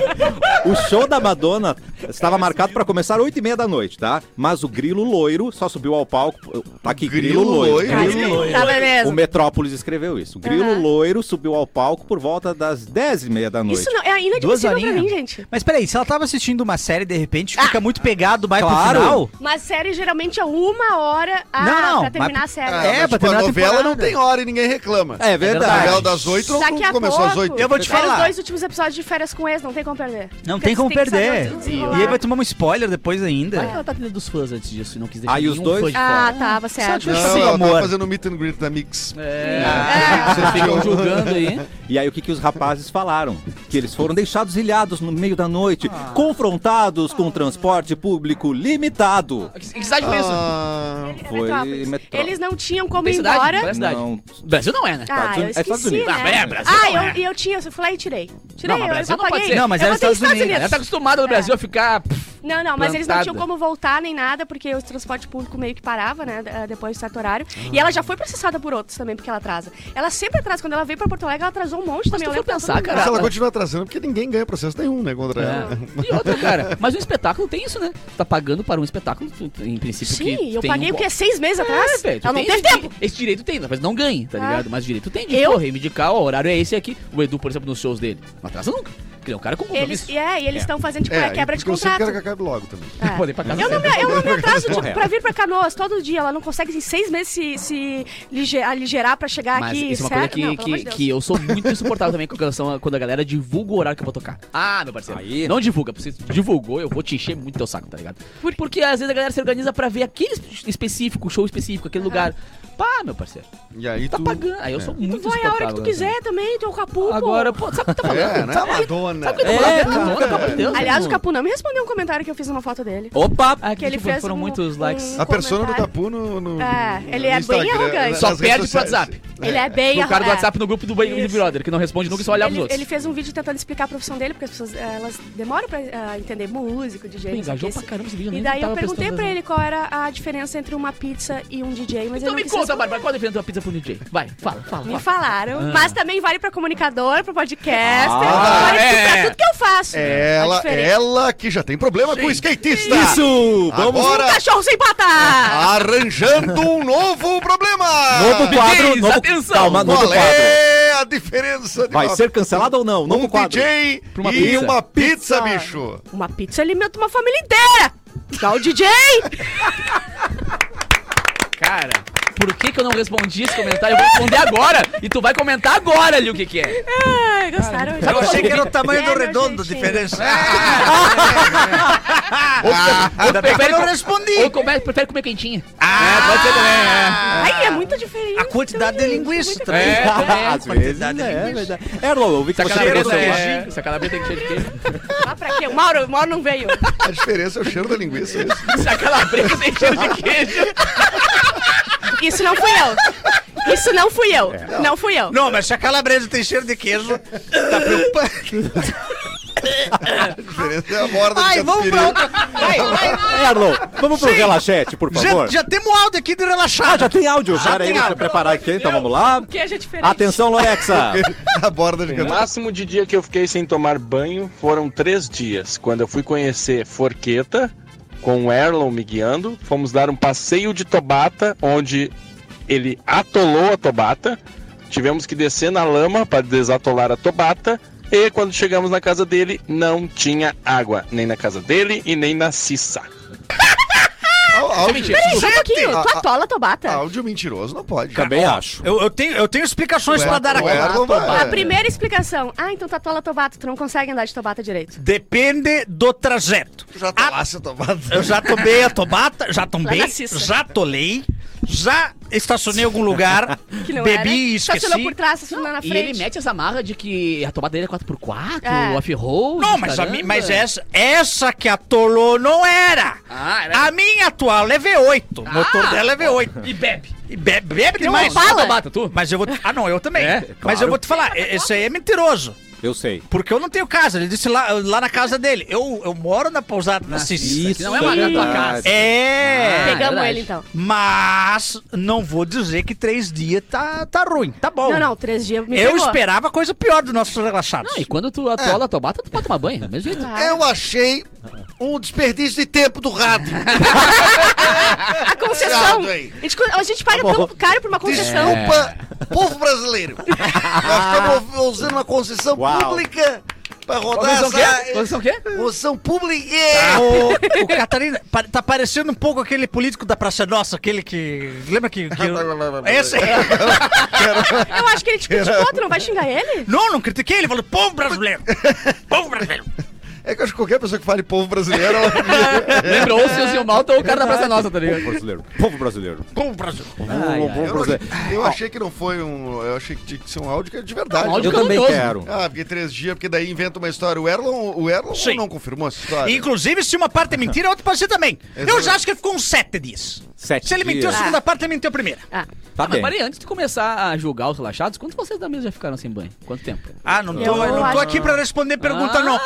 S1: O show da Madonna estava marcado para começar às 8h30 da noite, tá? Mas o Grilo Loiro só subiu ao palco. Tá aqui, Grilo,
S5: Grilo
S1: Loiro.
S5: Loiro.
S1: Grilo
S5: Grilo
S1: Loiro.
S4: Tava
S1: O
S4: mesmo.
S1: Metrópolis escreveu isso. O Grilo
S4: Aham.
S1: Loiro subiu ao palco por volta das 10h30 da noite.
S4: Isso não, é
S3: Duas
S4: inadmissível pra
S3: horinhas.
S4: mim, gente.
S3: Mas peraí, se ela tava assistindo uma série, de repente
S4: Ah!
S3: fica muito pegado, vai
S1: Claro.
S3: pro final.
S4: Mas série geralmente é uma hora ah,
S3: Não, não,
S4: pra
S3: mas-
S4: terminar a série.
S5: Ah, mas,
S3: É, pra
S5: tipo, a
S3: terminar a
S5: novela não
S3: temporada.
S5: tem hora e ninguém reclama.
S1: É
S5: A
S1: verdade.
S5: novela das oito não
S4: Daqui a
S5: é, começou
S4: pouco,
S5: às oito.
S3: Eu vou te
S4: Era os
S3: falar.
S4: dois últimos episódios de Férias com Ex, não tem como perder.
S3: Não
S4: Porque
S3: tem como
S4: você que saber
S3: perder.
S4: onde desenrolar.
S3: E aí vai tomar um spoiler depois
S2: Vai que
S3: ainda.
S2: ela tá tendo dos fãs antes disso e não quis deixar
S1: Aí os
S2: nenhum
S1: dois-
S2: fã de
S4: Ah,
S2: fora.
S4: tava certo.
S3: Só
S5: Não,
S3: Tipo assim,
S5: ela
S3: amor.
S5: tava fazendo o meet and greet da Mix.
S2: É.
S4: É.
S2: Vocês ficam julgando aí.
S5: <laughs>
S1: E aí o que, que os rapazes falaram? Que eles foram deixados ilhados no meio da noite, confrontados com transporte público limitado.
S2: Que que cidade é foi isso?
S5: Ah,
S4: É
S1: Foi
S4: Metrópolis.
S1: metrô.
S4: Eles não tinham como
S2: Tem
S4: ir
S2: cidade?
S4: embora.
S2: Parece cidade.
S1: Não,
S2: Brasil não é, né?
S4: Ah, eu
S1: Unidos. É Estados
S4: esqueci,
S1: Unidos.
S4: né?
S2: Ah, é, Brasil
S4: Ah,
S2: não
S4: eu,
S2: é.
S4: e eu tinha, eu falei e tirei. Tirei,
S2: Não, mas
S4: eu,
S2: Brasil
S4: eu
S2: não pode
S4: apaguei.
S2: ser.
S3: Não, mas
S4: eu
S3: era
S4: botei
S3: Estados Unidos.
S2: Ela tá
S4: É.
S2: acostumada no Brasil a ficar. pff,
S4: Não, não, mas eles não tinham
S2: plantada.
S4: como voltar nem nada, porque o transporte público meio que parava, né, eh, depois do certo horário. E
S2: Ah.
S4: ela já foi processada por outros também, porque ela atrasa. Ela sempre atrasa. Quando ela veio pra Porto Alegre, ela atrasou um monte
S2: Mas
S4: também.
S2: tu
S4: eu
S2: for
S4: lembro que ela
S2: pensar,
S4: todo mundo-
S5: mas
S2: cara,
S5: ela continua atrasando porque ninguém ganha processo nenhum, né, contra ela.
S2: É. E outra, cara. Mas um espetáculo tem isso, né? Tu tá pagando para um espetáculo, tu- tu- em princípio.
S4: Sim,
S2: que
S4: eu
S2: tem
S4: paguei
S2: um... É,
S4: o quê? Seis meses atrás?
S2: velho, tu
S4: ela não
S2: tem
S4: teve
S2: esse,
S4: tempo.
S2: Esse direito tem, mas não ganha, tá
S4: Ah.
S2: ligado? Mas direito tem de,
S4: Eu?
S2: pô, reivindicar, ó, o horário é esse aqui. O Edu, por exemplo, nos shows dele. Não atrasa nunca. Porque ele é um cara com
S4: Eles,
S2: compromisso.
S4: e é, e eles estão fazendo tipo, é,
S5: e
S4: quebra de
S5: porque eu sempre
S4: contrato.
S5: quero que acabe logo também.
S4: É.
S2: Pô, daí pra casa
S4: Eu não, me, eu não me atraso tipo,
S1: Correto.
S4: pra vir pra Canoas todo dia. Ela não consegue em seis meses se, se lige- aligerar pra chegar
S2: Mas
S4: aqui.
S2: isso é uma
S4: sério?
S2: coisa que,
S4: Não, pelo amor
S2: que,
S4: de Deus.
S2: que eu sou muito insuportável também com relação a quando a galera divulga o horário que eu vou tocar. Ah, meu parceiro.
S1: Aí.
S2: Não divulga. Você divulgou, eu vou te encher muito teu saco, tá ligado? Porque às vezes a galera se organiza pra ver aquele es- específico, show específico, aquele lugar. Pá, meu parceiro.
S5: E aí
S2: Tá
S5: tu... É.
S2: pagando. Aí eu
S1: É.
S2: sou muito
S4: Vai a
S2: insuportável.
S4: hora que tu
S2: né?
S4: quiser também, teu capu.
S2: Agora, pô, sabe o que tá falando?
S5: É, né?
S2: Sabe o que-
S5: Madonna.
S2: sabe o que
S1: <laughs>
S2: tá
S1: É,
S2: falando?
S1: cara.
S2: Madonna, pelo amor de Deus,
S4: pô. Aliás,
S2: né,
S4: o Capu não me respondeu um comentário que eu fiz numa foto dele.
S1: Opa!
S2: Ah, que
S4: ele
S2: tipo,
S4: fez
S2: foram
S4: um-
S2: muitos likes.
S4: um-
S5: A persona do
S4: comentário.
S5: Capu no, no-
S4: É, ele é bem
S5: Instagram, né?
S4: arrogante.
S5: nas
S2: Só
S5: redes
S2: perde pro
S5: sociais.
S2: WhatsApp.
S4: Ele é bem...
S2: O cara do
S4: é.
S2: WhatsApp no grupo do Big
S4: Isso.
S2: Brother, que não responde nunca e só olhar pros
S4: Ele,
S2: outros.
S4: ele fez um vídeo tentando explicar a profissão dele, porque as pessoas eh, elas demoram pra ah, entender músico, DJ.
S2: Pô,
S4: não sei o
S2: engajou
S4: quê. assim.
S2: pra caramba esse vídeo, eu
S4: E
S2: nem
S4: daí eu
S2: tava
S4: perguntei
S2: prestando
S4: pra ele qual era a diferença entre uma pizza e um DJ, mas
S2: Então
S4: ele
S2: me
S4: não quis
S2: conta,
S4: responder.
S2: Bárbara, qual a diferença da pizza pro DJ? Vai, fala, fala.
S4: Me
S2: fala.
S4: falaram,
S2: Ah.
S4: mas também vale pra comunicador, pra podcaster,
S1: Ah,
S4: vale
S2: é.
S4: pra tudo que eu faço. A
S5: É, Ela,
S4: diferença.
S5: ela que já tem problema com o skatista.
S1: Isso! Vamos
S5: Agora
S4: Um cachorro sem
S5: Ah,
S4: patar!
S5: arranjando um novo problema.
S1: Tá. Novo quadro,
S2: DJs,
S1: novo...
S2: atenção!
S1: Calma, novo
S5: Qual
S1: quadro.
S5: é a diferença? de
S1: Vai
S5: uma-
S1: ser cancelado ou não? Novo
S5: um
S1: quadro.
S5: DJ
S2: Pra uma
S5: e
S2: pizza.
S5: uma pizza, bicho.
S4: Uma pizza alimenta uma família inteira! Tá o DJ!
S2: Cara, por que, que eu não respondi esse comentário? Eu vou responder agora! E tu vai comentar agora ali o que, que é.
S4: Ai, gostaram?
S3: Eu achei
S4: <laughs>
S3: que era o tamanho
S4: É,
S3: do
S4: meu
S3: redondo,
S4: jeitinho.
S3: diferença. Ah!
S4: <laughs> Ah,
S2: Ou prefere,
S3: eu não
S2: com-
S3: respondi.
S2: Ou come, prefere comer quentinha. Ah, pode ser também, é.
S4: Ai, é muita diferença.
S3: Ah, A quantidade de linguiça também.
S2: É,
S1: Às
S3: é,
S1: vezes,
S3: quantidade de
S1: é
S3: linguiça.
S1: verdade. Erlon, eu vi que
S2: Se a
S1: você pegou
S2: calabresa
S1: seu
S2: é-
S1: lanche.
S2: se a calabresa tem que cheiro de queijo.
S3: É.
S4: Ah, pra quê? O Mauro, o Mauro não veio.
S5: A diferença é o cheiro da linguiça. é isso.
S2: Se a calabresa tem cheiro de
S4: <laughs>
S2: queijo.
S4: Isso não fui eu. Isso não fui
S5: É.
S4: eu. Não fui eu.
S3: Não, mas se a calabresa tem cheiro de queijo, tá preocupante.
S5: A diferença é a borda
S3: Ai,
S5: do
S3: vamos
S5: catupiry.
S3: pra outra. Vai, vai.
S1: Erlon, vamos pro
S3: Sim.
S1: relaxete, por favor.
S3: Já,
S2: tá.
S3: já temos um áudio aqui do
S1: Ah,
S3: relaxado.
S1: já tem áudio. Pera aí,
S3: tem
S1: deixa eu
S3: áudio.
S1: preparar aqui, então vamos lá.
S4: Que é diferente.
S1: Atenção,
S2: <laughs>
S1: Lorexa.
S5: <laughs> A borda de
S6: O
S5: catupiry.
S6: máximo de dia que eu fiquei sem tomar banho foram três dias, quando eu fui conhecer Forqueta, com o Erlon me guiando, fomos dar um passeio de Tobata, onde ele atolou a Tobata, tivemos que descer na lama para desatolar a Tobata, e quando chegamos na casa dele, não tinha água, nem na casa dele e nem na Cissa.
S5: Á- Áudio,
S4: Peraí, só um pouquinho.
S5: Ah,
S4: Tu
S5: ah,
S4: atola, Tobata?
S5: áudio mentiroso não pode.
S1: Também acho.
S3: Eu, eu tenho, eu tenho explicações pra dar
S5: O
S3: agora.
S5: Erlon
S4: A
S5: vai.
S4: primeira explicação. Ah, então tu atola, Tobata. Tu não consegue andar de Tobata direito.
S3: Depende do trajeto. Ah,
S5: Tu já tá tomasse a tomada.
S3: Eu já tomei a tomata, já
S4: Lá
S3: tombei,
S4: na Cissa.
S3: já tolei, já estacionei em algum lugar,
S4: Que não
S3: bebi
S4: era.
S3: e
S4: Estacionou por
S3: esqueci.
S4: trás, estacionou na
S2: E ele
S4: frente.
S2: mete essa marra de que a tomada dele é 4x4,
S4: É.
S2: off-road.
S3: Não, mas, a
S2: caramba.
S3: mi- mas é assim, essa, essa que atolou não era.
S2: Ah, era- Ah,
S3: A minha atual é V8. O motor dela é V8.
S2: E bebe.
S3: E bebe, bebe
S4: não
S3: demais.
S4: fala. Fala,
S2: Bata, tu?
S3: Mas eu vou. Ah, não, eu também.
S2: É,
S3: Mas
S1: claro.
S3: eu vou te falar, e- esse aí é mentiroso.
S1: Eu sei.
S3: Porque eu não tenho casa. Ele disse lá, lá na casa dele. Eu, eu moro na pousada na Sicília.
S2: Isso não é uma na tua casa.
S3: É.
S2: Ah,
S4: Pegamos
S2: verdade.
S4: ele, então.
S3: Mas não vou dizer que três dias tá, tá ruim. Tá bom.
S4: Não, não, três dias me
S3: Eu
S4: pegou.
S3: esperava coisa pior dos nossos relaxados.
S2: Não, Ah, e quando tu
S3: É.
S2: atola a tomata, tu pode tomar banho, do mesmo
S3: <laughs>
S2: jeito.
S4: Ah,
S7: Eu achei um desperdício de tempo do
S2: <laughs>
S7: rato.
S4: A É concessão.
S7: Obrigado, hein.
S4: A gente, a gente paga tão caro por uma concessão.
S7: Desculpa,
S3: É.
S7: povo brasileiro. Nós estamos usando uma concessão
S1: Uau.
S7: pública para rodar
S2: Concessão o quê? Ah.
S7: essa...
S2: Concessão o quê?
S7: Concessão pública.
S2: <laughs>
S3: O, o Catarina, pa- tá parecendo um pouco aquele político da Praça Nossa, aquele que. Lembra
S7: <laughs>
S3: que. que- esse,
S4: Eu acho que ele é te criticou, tu não vai xingar ele?
S3: não, não critiquei, ele falou, povo brasileiro! Povo brasileiro!
S5: É que eu acho que qualquer pessoa que fale povo brasileiro, ela...
S3: <laughs>
S2: Lembra ou o Silvio Malta ou o cara da Praça Nossa, tá ligado?
S1: Brasileiro. Povo brasileiro.
S3: Povo brasileiro!
S2: Ai, ai.
S1: Povo
S5: eu,
S1: brasileiro.
S5: achei, eu achei que não foi um... Eu achei que tinha que ser um áudio que é de verdade.
S2: Um áudio
S1: Eu também
S2: Maravilhoso.
S1: quero.
S5: Ah, porque três dias, porque daí inventa uma história. O Erlon, o Erlon
S3: Sim.
S5: não confirmou essa história.
S3: Inclusive, se uma parte é mentira, a outra pode ser também. Eu já acho que ele ficou uns sete dias.
S1: Sete
S3: Se ele mentiu a
S1: dias.
S3: segunda parte, ele mentiu a primeira.
S4: Ah,
S1: Tá
S2: Mas
S1: bem.
S2: parei, antes de começar a julgar os relaxados, quantos de vocês da mesa já ficaram sem banho? Quanto tempo?
S3: Ah, não tô,
S4: Eu
S3: eu não
S4: acho-
S3: tô aqui pra responder pergunta, não.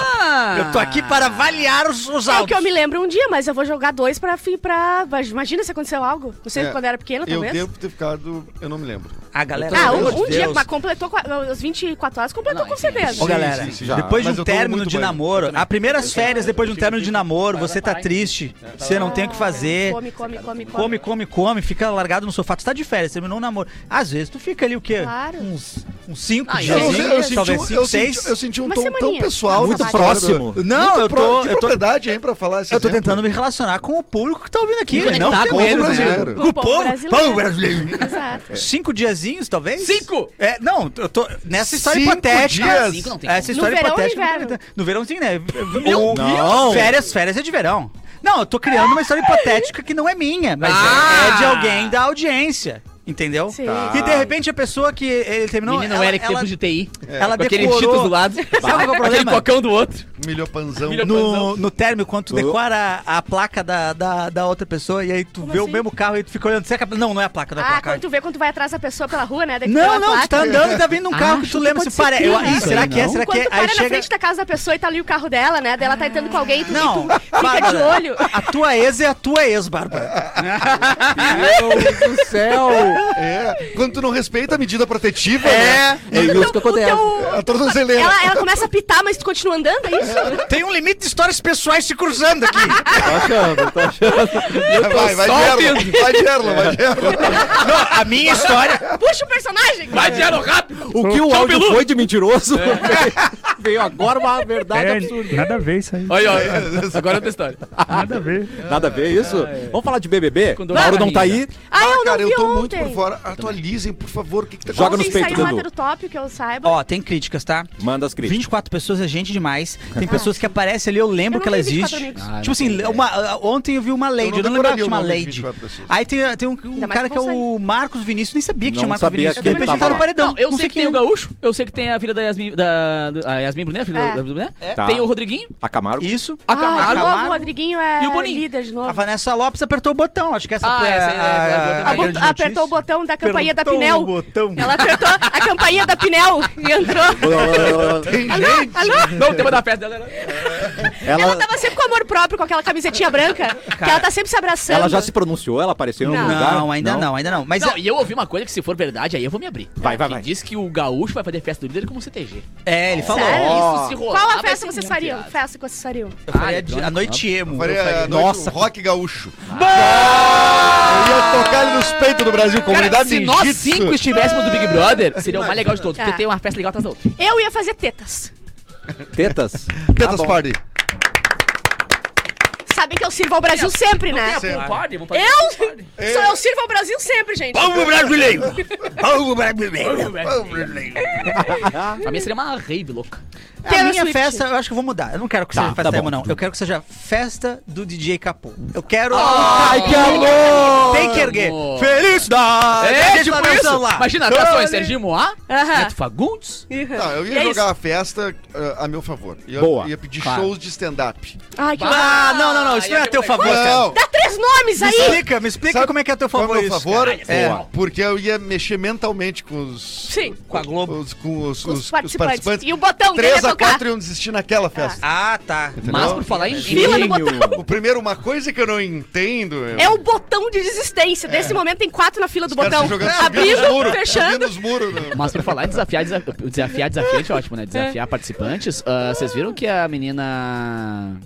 S3: Eu tô aqui para avaliar os, os
S4: é o que eu
S3: áudios.
S4: me lembro um dia, mas eu vou jogar dois pra... fi- pra mas imagina se aconteceu algo. Não sei
S5: É,
S4: quando eu era pequena,
S5: Eu
S4: talvez.
S5: devo ter ficado... Eu não me lembro.
S3: Ah, galera.
S4: Ah,
S3: pelo
S4: um,
S3: amor
S4: um
S3: de
S4: dia,
S3: Deus.
S4: mas completou qua- os 24 horas, completou
S2: Não,
S4: com
S2: enfim.
S4: certeza.
S3: Ô, galera,
S5: sim, sim, já.
S3: depois de
S5: Mas
S3: um
S5: eu tomo
S3: término
S5: muito
S3: de
S5: banho.
S3: namoro, a primeiras férias depois de um término de namoro, você tá triste,
S5: É,
S3: você não tem o que fazer,
S4: Come, come, come,
S3: come, come, come, fica largado no sofá, tu tá de férias, terminou o namoro. Às vezes tu fica ali o quê?
S4: Claro.
S3: Uns, uns cinco
S2: Ah,
S3: dias,
S2: eu
S5: sei,
S4: eu senti
S3: talvez
S5: um-
S3: cinco,
S5: eu senti-
S3: seis.
S5: eu senti um
S4: Uma
S5: tom tão
S4: semaninha.
S5: pessoal.
S1: Muito
S5: nessa história.
S1: próximo.
S3: Não,
S5: Muito
S3: eu tô-
S5: pro-
S3: eu
S5: Que
S3: tô-
S5: propriedade, hein, pra falar esse
S3: Eu tô
S5: exemplo.
S3: tentando me relacionar com o público que tá ouvindo aqui,
S2: E
S3: não
S2: conectar
S3: com
S2: com
S3: eles,
S5: o
S3: né?
S5: brasileiro.
S3: Com o povo, povo brasileiro.
S4: Exato.
S3: Cinco diazinhos, talvez?
S2: É. Cinco?
S3: É, não, eu tô. Nessa história
S5: Cinco
S3: hipotética.
S5: dias.
S2: Cinco não tem como.
S3: Essa história
S4: No verão ou
S3: hipotética.
S4: no
S3: não
S4: inverno?
S3: tem- No verãozinho, né?
S1: Meu Não. Deus.
S3: Férias, férias é de verão. Não, eu tô criando uma história hipotética que não é minha, mas
S2: Ah.
S3: é de alguém da audiência. Entendeu?
S4: Sim.
S3: E de repente a pessoa que ele terminou.
S2: Menino
S3: ela,
S2: Eric,
S3: ela,
S2: tempo tipo de TI.
S3: ela
S2: Com aquele
S3: decorou-
S2: Cheetos do
S3: <laughs>
S2: lado.
S3: qual é o problema?
S2: Aquele cocão do outro.
S5: Milhopanzão.
S2: Milho-
S3: No, no término, quando tu
S1: Eu-
S3: decora a, a placa da, da, da outra pessoa e aí tu
S4: Como
S3: vê o
S4: assim?
S3: mesmo carro e tu fica olhando. Será que a- Não, não é a placa, não é a
S4: Ah,
S3: placa.
S4: quando tu vê quando tu vai atrás da pessoa pela rua, né? daí tu
S3: Não,
S4: pela
S3: não, tu
S4: placa. Ah.
S3: tá andando e tá vindo um carro que
S2: acho
S3: tu
S2: que
S3: lembra se
S2: pode
S3: para.
S2: ser
S3: Eu-
S2: crime
S3: Ih,
S2: isso
S3: será
S2: aí,
S3: que é?
S2: não?
S3: Será que
S4: Quando
S3: é?
S4: tu
S3: Aí
S4: para na
S3: chega.
S4: frente da casa da pessoa e tá ali o carro dela, né? Daí ela tá entrando com alguém e tu,
S3: Não,
S4: e tu fica de
S3: Bárbara.
S4: olho.
S3: A tua ex é a tua ex, Bárbara.
S2: Deus do <laughs> céu.
S5: É, quando tu não respeita a medida protetiva, né?
S2: É isso que
S4: O teu-
S2: acontece.
S5: A tornozeleira.
S4: ela, ela começa a pitar, mas tu continua andando, é isso?
S3: <laughs> Tem um limite de histórias pessoais se cruzando aqui.
S1: Tô achando, tô achando.
S5: Vai, vai,
S2: só
S5: de Erlon, vai de Erlon, vai de Erlon.
S3: Não, a minha história.
S4: Puxa o personagem!
S2: Vai de rápido.
S1: O que o
S2: Tchau,
S1: áudio
S2: Bilu. É.
S1: foi de mentiroso? <laughs> Veio agora uma verdade
S8: É,
S1: absurda.
S8: nada a ver isso aí.
S2: Olha, olha. Agora é outra história.
S8: Nada a ver.
S1: Nada a ver isso? Vamos falar de BBB?
S2: É, Com dor
S1: Mauro
S2: na
S1: não tá aí.
S2: barriga.
S4: Ah, eu não
S5: cara,
S4: vi
S5: eu tô
S4: ontem.
S5: muito por fora. Atualizem, por favor, o que que tá
S1: Joga
S4: ontem
S1: nos peitos,
S4: saiu uma
S1: Dudu.
S4: do top, que eu saiba.
S3: Ó, tem críticas, tá?
S1: Manda as críticas.
S3: 24 pessoas é gente demais. Tem pessoas que aparecem ali, eu lembro
S4: Eu não
S3: que ela
S4: tenho 24
S3: existe.
S4: amigos.
S2: Ah,
S3: tipo assim, uma- ah, ontem eu vi uma Lady, eu
S5: não
S3: não, lembrava que
S5: decoraria
S3: tinha uma
S5: o nome de
S3: Lady.
S5: 24 pessoas.
S3: Aí tem, tem um, um
S4: mais
S3: cara
S4: que
S3: que é o
S4: consegue.
S3: Marcos Vinícius, nem sabia que
S1: Não
S3: tinha o Marcos
S1: sabia
S3: Vinícius.
S1: que
S3: de repente
S1: ele
S3: ele tá
S1: tava
S3: no
S1: lá.
S3: paredão.
S2: Não, eu sei que tem o
S3: quem é.
S2: Gaúcho, eu sei que tem a filha da Yasmin, da, do- a Yasmin Brunet, filha
S4: É.
S2: da Brunet.
S1: Tá.
S2: Tem o Rodriguinho,
S1: A Camargo.
S3: Isso.
S2: a
S4: Ah, de
S2: Camargo.
S4: novo, o Rodriguinho é
S2: E o Boninho?
S4: líder de novo.
S3: A Vanessa Lopes apertou o botão, acho que essa
S2: Ah,
S3: foi
S2: essa
S3: a,
S2: aí, é,
S3: a-
S2: é,
S3: a
S2: a
S4: Abo-
S3: grande notícia.
S4: apertou o botão da campainha da
S3: Apertou
S4: Pinel.
S3: o botão.
S4: Ela apertou a campainha da Pinel e entrou.
S2: Não, o tema da festa dela era...
S4: Ela
S1: Ela,
S4: tava sempre com amor próprio, com aquela camisetinha branca, que ela tá sempre se abraçando.
S1: ela já se pronunciou? Ela apareceu em algum
S4: "Ah, Não,
S1: lugar?
S3: Não, ainda não, ainda não. Mas
S2: Não,
S3: é-
S2: e eu ouvi uma coisa que se for verdade, aí eu vou me abrir.
S1: Vai, vai,
S2: Que
S1: vai.
S2: Diz que o gaúcho vai fazer festa do líder como CTG.
S3: é, ele falou.
S4: Sério?
S1: Ó.
S2: Isso se rolar,
S4: Qual a
S2: vai
S4: festa
S2: ser
S4: vocês
S2: muito
S4: fariam?
S2: irado.
S4: Festa que vocês fariam?
S3: Eu faria
S2: Ah,
S3: de- a noite emo.
S5: Faria
S1: Nossa.
S5: nossa "É, rock gaúcho.
S7: Eu ia tocar ele nos peitos do Brasil,
S2: Cara,
S7: comunidade
S2: se
S7: de
S2: nós
S7: jiu-jitsu.
S2: cinco estivéssemos do Big Brother, seria o mais legal de todos, porque
S4: É.
S2: tem uma festa legal atrás da outra.
S4: Eu ia fazer tetas.
S1: Tetas? Tá
S5: Tetas
S1: bom.
S5: Party.
S4: Sabem que eu sirvo ao Brasil sempre,
S2: Não
S4: né?
S2: Tá. tem a pool party? Vamos fazer um
S4: Eu?
S2: pool party.
S4: Só eu sirvo ao Brasil sempre, gente.
S7: Povo brasileiro! Povo brasileiro!
S2: Povo Pra mim seria uma rave louca.
S3: A
S4: Taylor
S3: minha
S4: Swift.
S3: festa, eu acho que eu vou mudar. Eu não quero que seja
S1: Tá,
S3: festa
S1: tá
S3: emo,
S1: bom.
S3: não. Eu quero que seja festa do DJ Capô. Eu quero.
S1: Ai, que amor!
S3: Tem que erguer.
S2: Amor.
S1: Felicidade!
S3: É, tipo isso.
S2: Imagina, atrações, Serginho Moá,
S4: Aham.
S2: Neto Fagundes.
S5: Não, Tá, eu
S4: E
S5: ia
S4: é
S5: jogar a festa eh, a meu favor. Ia,
S1: Boa.
S5: Ia pedir
S3: Claro.
S5: shows de stand-up.
S4: Ai, que
S3: Ah, não, não, não. Isso não é a teu favor, cara.
S5: Não!
S4: Dá três nomes
S3: Me
S4: aí!
S3: explica, me explica
S5: Sabe
S3: como é que é a teu
S5: qual é o
S3: favor
S5: meu
S3: isso.
S5: favor?
S2: Caralho,
S5: é,
S2: boa.
S5: porque eu ia mexer mentalmente com os.
S4: Sim.
S3: Com a Globo.
S5: os- com os,
S4: Com os
S5: os- os
S4: participantes.
S5: participantes.
S4: E o botão que ele ia
S5: 3 a
S4: tocar.
S5: 4 iam desistir naquela festa.
S3: Ah, tá.
S2: Mas por falar em
S4: Fila no
S2: gente,
S4: botão.
S5: O primeiro, uma coisa que eu não entendo.
S4: É o botão de desistência. Nesse momento tem quatro na fila do
S5: Os caras
S4: botão.
S5: se jogando, subindo os
S4: Abrindo,
S5: muros,
S4: fechando.
S5: subindo os muros, né?
S2: mas por falar em desafiar, desa- desafiar, desafiante é ótimo, né? Desafiar participantes. ah, Vocês viram que a menina...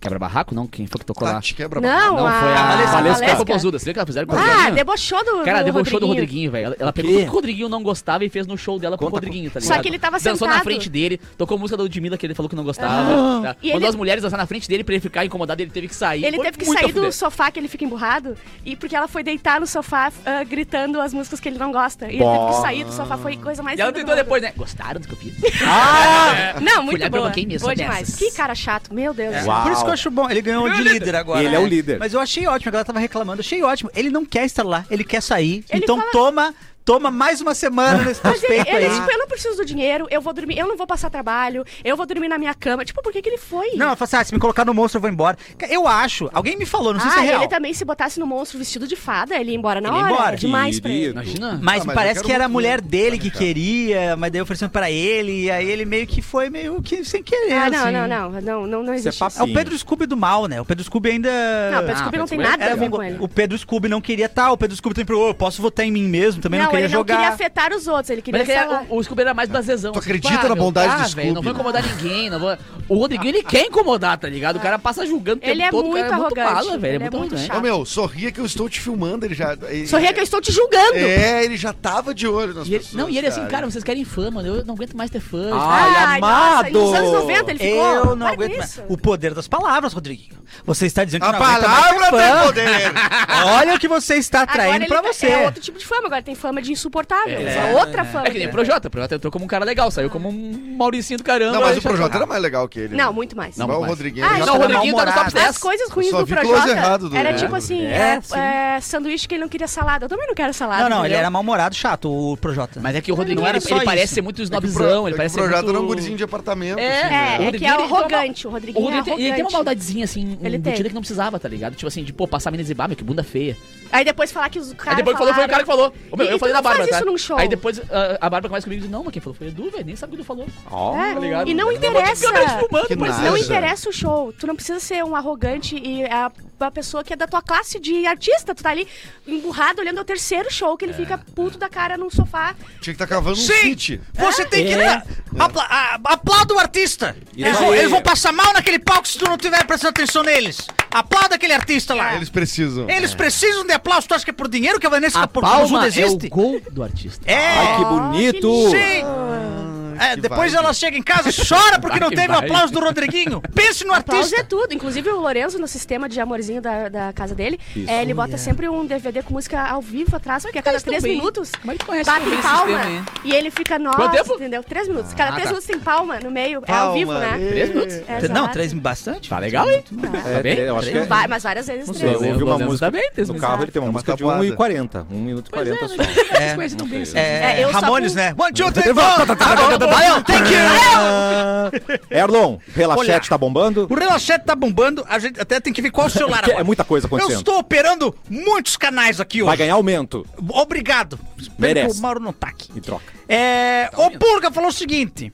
S2: Quebra-barraco? Não, quem foi que tocou lá?
S5: Tati, Tá, quebra
S4: Não,
S2: Não, foi
S4: a
S2: a
S1: Valesca.
S2: Ah, Valesca
S1: Valesca.
S2: Popozuda. Você viu que ela fizeram com o
S4: Ah,
S2: Rodriguinho?
S4: debochou do
S2: Cara, deu o show do
S4: Rodriguinho.
S2: Rodriguinho, velho. Ela pegou
S1: quê?
S2: tudo que o Rodriguinho não gostava e fez no show dela pro
S1: Conta,
S2: Rodriguinho, tá
S4: Só
S2: ligado?
S4: que ele tava
S2: Dançou
S4: sentado.
S2: na frente dele, tocou música da Ludmilla que ele falou que não gostava. tá?
S4: E
S2: Mandou
S4: ele-
S2: as mulheres dançar na frente dele pra ele ficar incomodado, ele teve que sair.
S4: Ele
S2: Foi
S4: teve que
S2: muito
S4: sair
S2: a fuder.
S4: do sofá que ele fica emburrado, e porque ela foi deitar no sofá ah, gritando as músicas que ele não gosta. E ele teve que sair do sofá, foi coisa mais
S2: E ela
S4: linda do
S2: tentou
S4: mundo.
S2: depois, né? Gostaram do que eu fiz?
S1: Ah,
S4: Não,
S2: Fui lá
S4: muito
S2: e
S4: boa.
S2: provoquei mesmo,
S4: boa
S2: sou
S4: demais.
S2: dessas. É.
S4: Que cara chato, meu Deus. do céu.
S1: Uau.
S3: Por isso que eu acho bom. Ele ganhou de líder agora. né?
S1: Ele é o líder.
S3: Mas eu achei ótimo. A galera tava reclamando. Achei ótimo. Ele não quer estar lá. Ele quer sair.
S4: Ele
S3: então
S4: fala-
S3: toma, toma mais uma semana nesse
S4: <laughs> Mas ele,
S3: respeito
S4: ele,
S3: aí.
S4: tipo, eu não preciso do dinheiro, eu vou dormir, eu não vou passar trabalho, eu vou dormir na minha cama. Tipo, por que, que ele foi?
S3: Não, ela falou assim, ah, se me colocar no monstro eu vou embora. Eu acho. Alguém me falou, não sei se é
S4: ah,
S3: real.
S4: ele também se botasse no monstro vestido de fada, ele ia embora na
S3: Ele ia
S4: hora. né?
S3: embora.
S4: Demais pra ele.
S2: Imagina.
S3: Mas,
S5: Ah, mas eu
S3: parece
S5: quero
S3: que era a
S5: muito
S3: mulher
S5: ir.
S3: dele que queria, mas daí oferecendo pra ele, e aí ele meio que foi meio que sem querer,
S4: Ah, não,
S3: assim.
S4: não, não, não, não, não
S1: Isso é
S4: existe.
S3: É o
S1: papinho.
S3: Pedro Scooby do mal, né? O Pedro Scooby ainda...
S4: Não, o Pedro
S2: Ah,
S4: Scooby não
S2: Pedro
S4: tem
S2: Scooby
S4: nada a
S3: Era
S4: ver
S3: vingo-
S4: com ele.
S3: O Pedro Scooby não queria estar, o Pedro Scooby também falou, "Ô, eu posso votar em mim mesmo, também não, queria
S4: ele
S3: jogar. um-
S4: não queria afetar os outros, ele
S2: Mas
S4: queria
S2: é que era-
S4: falar.
S2: o, o Scooby era mais blazezão. assim,
S5: Tu acredita na bondade do Scooby?
S2: Ah, Não vou incomodar ninguém. Não vou... O Rodriguinho, ele quer incomodar, tá ligado? O cara passa julgando o tempo
S4: Ele é
S2: todo. o cara
S4: muito arrogante,
S2: Muito bala, velho.
S4: ele
S2: É muito
S4: é muito
S2: arrogante.
S4: chato.
S5: Ô meu, sorria que eu estou te filmando, ele já. Ele,
S4: Sorria que eu estou te julgando.
S3: tá
S5: É, ele já tava de olho nas
S2: E ele-
S5: pessoas.
S2: não, e ele assim, cara, vocês querem fama, eu não aguento mais ter fã.
S5: Ah,
S1: Ai,
S4: nossa,
S1: amado!
S4: nos anos 90 ele ficou.
S3: Eu não
S4: Para com
S3: aguento mais.
S4: isso.
S3: O poder das palavras, Rodriguinho. Você está dizendo que
S5: A
S3: não aguenta mais
S5: palavra
S3: ser fã.
S5: tem poder!
S3: <laughs> Olha o que você está atraindo
S4: Agora
S3: pra
S4: ele tá-
S3: você.
S4: É outro tipo de fama, agora tem fama de insuportável. É, outra fama.
S2: É que nem o Projota. O Projota entrou como um cara legal, saiu como um Mauricinho do caramba.
S5: Não, mas
S2: aí
S5: o
S2: já- tá-
S5: Projota era mais legal que ele.
S4: Não, muito mais.
S5: Não,
S2: Não,
S5: o
S2: mas-
S5: Rodriguinho.
S4: Ah,
S5: já
S2: Não, o
S5: tava
S2: Rodriguinho tá nos top
S3: mal-humorado.
S2: 10.
S4: As coisas ruins
S5: só
S4: do
S5: vi close
S4: Projota
S5: errado do-
S4: era
S5: do-
S4: tipo assim,
S3: É,
S4: é,
S3: sim.
S4: é, sanduíche que ele não queria salada. Eu também não quero salada.
S3: Não, não, ele
S4: entendeu?
S3: era mal-humorado, chato, o Projota.
S2: Mas é que o Rodriguinho,
S3: Não era
S2: ele,
S3: só
S2: ele parece
S3: isso.
S2: ser muito
S5: É que o
S2: snobzão,
S5: Pro- é
S2: ele
S5: que
S2: parece
S5: O
S2: ser
S5: Projota
S2: muito...
S5: era um gurizinho de apartamento. assim,
S4: É, é
S5: né?
S4: que é
S2: Rodriguinho, ele tem uma-
S4: arrogante. O Rodriguinho
S2: O
S4: é
S2: Rodrigo tem,
S4: arrogante.
S2: ele tem uma maldadezinha, assim,
S4: Ele tem.
S2: embutida que não precisava, tá ligado? Tipo assim, de, pô, passar Minas e Bar, meu, que bunda feia.
S4: Aí depois falar que os caras
S2: Aí depois que falou, foi o cara que falou. Ô, meu,
S4: E- e
S2: eu
S4: tu
S2: falei
S4: não
S2: da Bárbara,
S4: faz isso
S2: tá?
S4: num show.
S2: Aí depois ah, a Bárbara começa comigo e diz, não, mas quem falou foi o Edu, velho, nem sabe o que o Edu falou.
S1: Ó,
S4: É,
S2: tá ligado?
S4: E não interessa.
S2: Câmera de filmando,
S5: Que
S2: parece-
S5: nada.
S4: Não
S5: Ah,
S4: interessa o show. Tu não precisa ser um arrogante e a, uma pessoa que é da tua classe de artista. Tu tá ali emburrado olhando o terceiro show
S2: É.
S4: que ele fica puto da cara num sofá.
S5: Tinha que estar cavando um
S3: Sim.
S5: sítio.
S3: Você tem que. dar- Apla a- aplauda o artista.
S1: Isso
S3: Eles vão,
S1: aí.
S3: eles vão passar mal naquele palco se tu não tiver prestando atenção neles. Aplauda aquele artista
S4: É.
S3: lá.
S5: Eles precisam.
S3: Ah, Eles precisam de aplauso. Tu acha que é por dinheiro que a Vanessa
S2: A
S3: Caporzuda
S2: palma é o
S3: existe?
S2: gol do artista.
S1: Ai, que
S3: É.
S1: bonito!
S3: Sim. É,
S5: que
S3: depois
S5: vibe.
S3: ela chega em casa e chora porque não
S2: Que
S3: teve o
S2: vibe.
S3: aplauso do Rodriguinho. Pense no
S4: Aplauso é
S3: artista.
S4: tudo. Inclusive o Lorenzo, no sistema de amorzinho da, da casa dele,
S1: Isso.
S4: é, ele bota sempre um DVD com música ao vivo atrás, porque a cada
S2: Eles tão
S4: três
S2: bem.
S4: minutos
S2: Mas é tu conhece
S4: bate
S2: também esse
S4: palma
S2: sistema, hein?
S4: e ele fica,
S2: Quanto
S4: nossa,
S2: tempo?
S4: entendeu? Três minutos. Cada três
S2: tá.
S4: minutos tem palma no meio, é ao vivo,
S5: Palma,
S4: né?
S5: é.
S2: Três minutos.
S4: É, exato.
S3: bastante.
S2: Tá legal, hein?
S4: Tá.
S1: É,
S2: Tá bem?
S1: eu acho que é-
S4: Vai, mas várias vezes
S1: Não sei,
S4: três.
S1: eu ouvi uma
S2: Lorenzo
S1: música.
S2: tá bem, três
S1: no
S2: minutos.
S1: carro ele tem uma
S5: É uma
S1: música de
S5: tabuada.
S1: 1h40. 1 minuto e 40 só.
S2: Eles conhecem tão bem, assim.
S4: É, eu só
S3: Ramones,
S4: com-
S1: tá,
S3: né? One, two, three, four. Valeu, thank you!
S1: Ah, Erlon, relaxete
S3: Olha.
S1: tá bombando?
S3: O Relaxete tá bombando, a gente até tem que ver qual o celular
S1: Que É
S3: agora.
S1: muita coisa
S3: Eu
S1: acontecendo.
S3: estou operando muitos canais aqui
S1: Vai
S3: hoje.
S1: ganhar aumento.
S3: Obrigado.
S1: Merece.
S3: Pelo que o Mauro não tá aqui.
S1: E troca.
S3: É, o Purga falou o seguinte.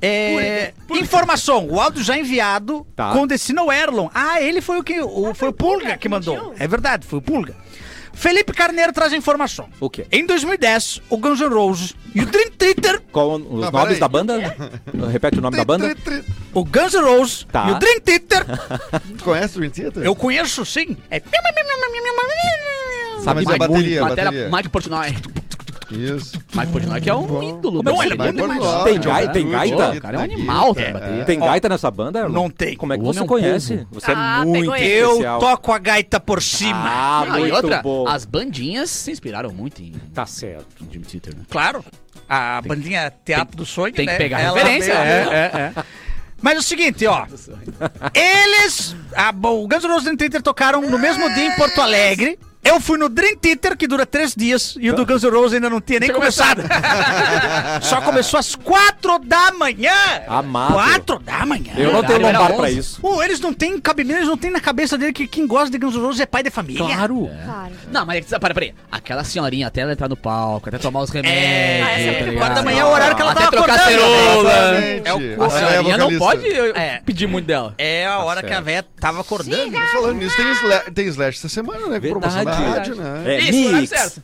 S3: é, informação, o áudio já enviado
S1: Tá.
S3: com destino ao Erlon. Ah, ele foi o que. O, foi o Pulga que mandou.
S4: pediu.
S3: É verdade, foi o Pulga. Felipe Carneiro traz a informação.
S1: O quê?
S3: Em 2010, o Guns N' Roses e o Dream Theater
S1: Qual os nomes
S5: Ah, peraí.
S1: da banda? Repete o nome da banda?
S5: Tri, tri.
S3: O Guns N' Roses
S1: Tá.
S3: e o Dream Theater,
S1: <laughs>
S5: Tu conhece o Dream Theater?
S3: eu conheço sim. É...
S1: Sabe
S5: Mas é
S1: muito.
S5: bateria,
S2: Matéria,
S5: bateria.
S2: Mike Portnoy.
S5: Isso.
S2: Mike Portnoy que é um ídolo.
S3: Como é que
S2: da
S3: ele
S2: música.
S5: vai por lá?
S1: Tem gai- tem gaita?
S2: O cara é um animal, tá? bateria.
S1: Tem gaita nessa banda? Erlon?
S3: Não tem.
S1: Como é que
S2: O
S1: você
S2: homem é um
S1: conhece? Você
S4: Ah,
S1: é
S4: pegou
S1: muito
S4: ele.
S3: Eu
S1: especial.
S3: toco a gaita por cima.
S1: Ah,
S2: Ah, e
S1: muito
S2: outra,
S1: bom.
S2: as bandinhas se inspiraram muito em
S1: Tá certo.
S2: em Jimmy Theater, né?
S3: Claro. A bandinha Teatro do Sonho,
S2: tem que
S3: né?
S2: pegar a
S3: Ela
S2: referência.
S3: veio- Mas é o seguinte, ó. Eles. a- o Guns N' Roses e o Dream Theater tocaram no mesmo dia em Porto Alegre. Eu fui no Dream Theater, que dura três dias, e o do Guns N' Roses ainda não tinha nem começado. Só começou às quatro da manhã.
S1: Amado.
S3: Quatro da manhã.
S1: Eu não tenho
S2: Caralho, era
S1: lombar pra
S2: 11.
S1: isso.
S3: Pô, eles não têm cabimento, eles não têm na cabeça dele que quem gosta de Guns N' Roses é pai de família.
S1: Claro.
S4: Claro.
S2: Não, mas é que- para, peraí. Aquela senhorinha até ela entrar no palco, até tomar os remédios.
S3: É,
S4: Ah, essa é
S2: tá
S4: muito
S2: ligado?
S3: Quatro da manhã é o horário que ela
S2: até
S3: tava
S2: trocar
S3: acordando.
S2: cerola.
S5: Exatamente.
S2: É o-
S5: Ela
S2: a
S5: é
S2: senhorinha não pode
S5: vocalista.
S2: eu-
S3: É.
S2: pedir muito dela.
S3: É a hora que a véia tava acordando.
S5: Falando Né? nisso, tem, sla tem Slash essa semana, né? Com promoção
S1: Verdade.
S5: da rádio, né?
S1: É,
S2: Isso, no horário
S1: mix.
S4: tá
S2: certo.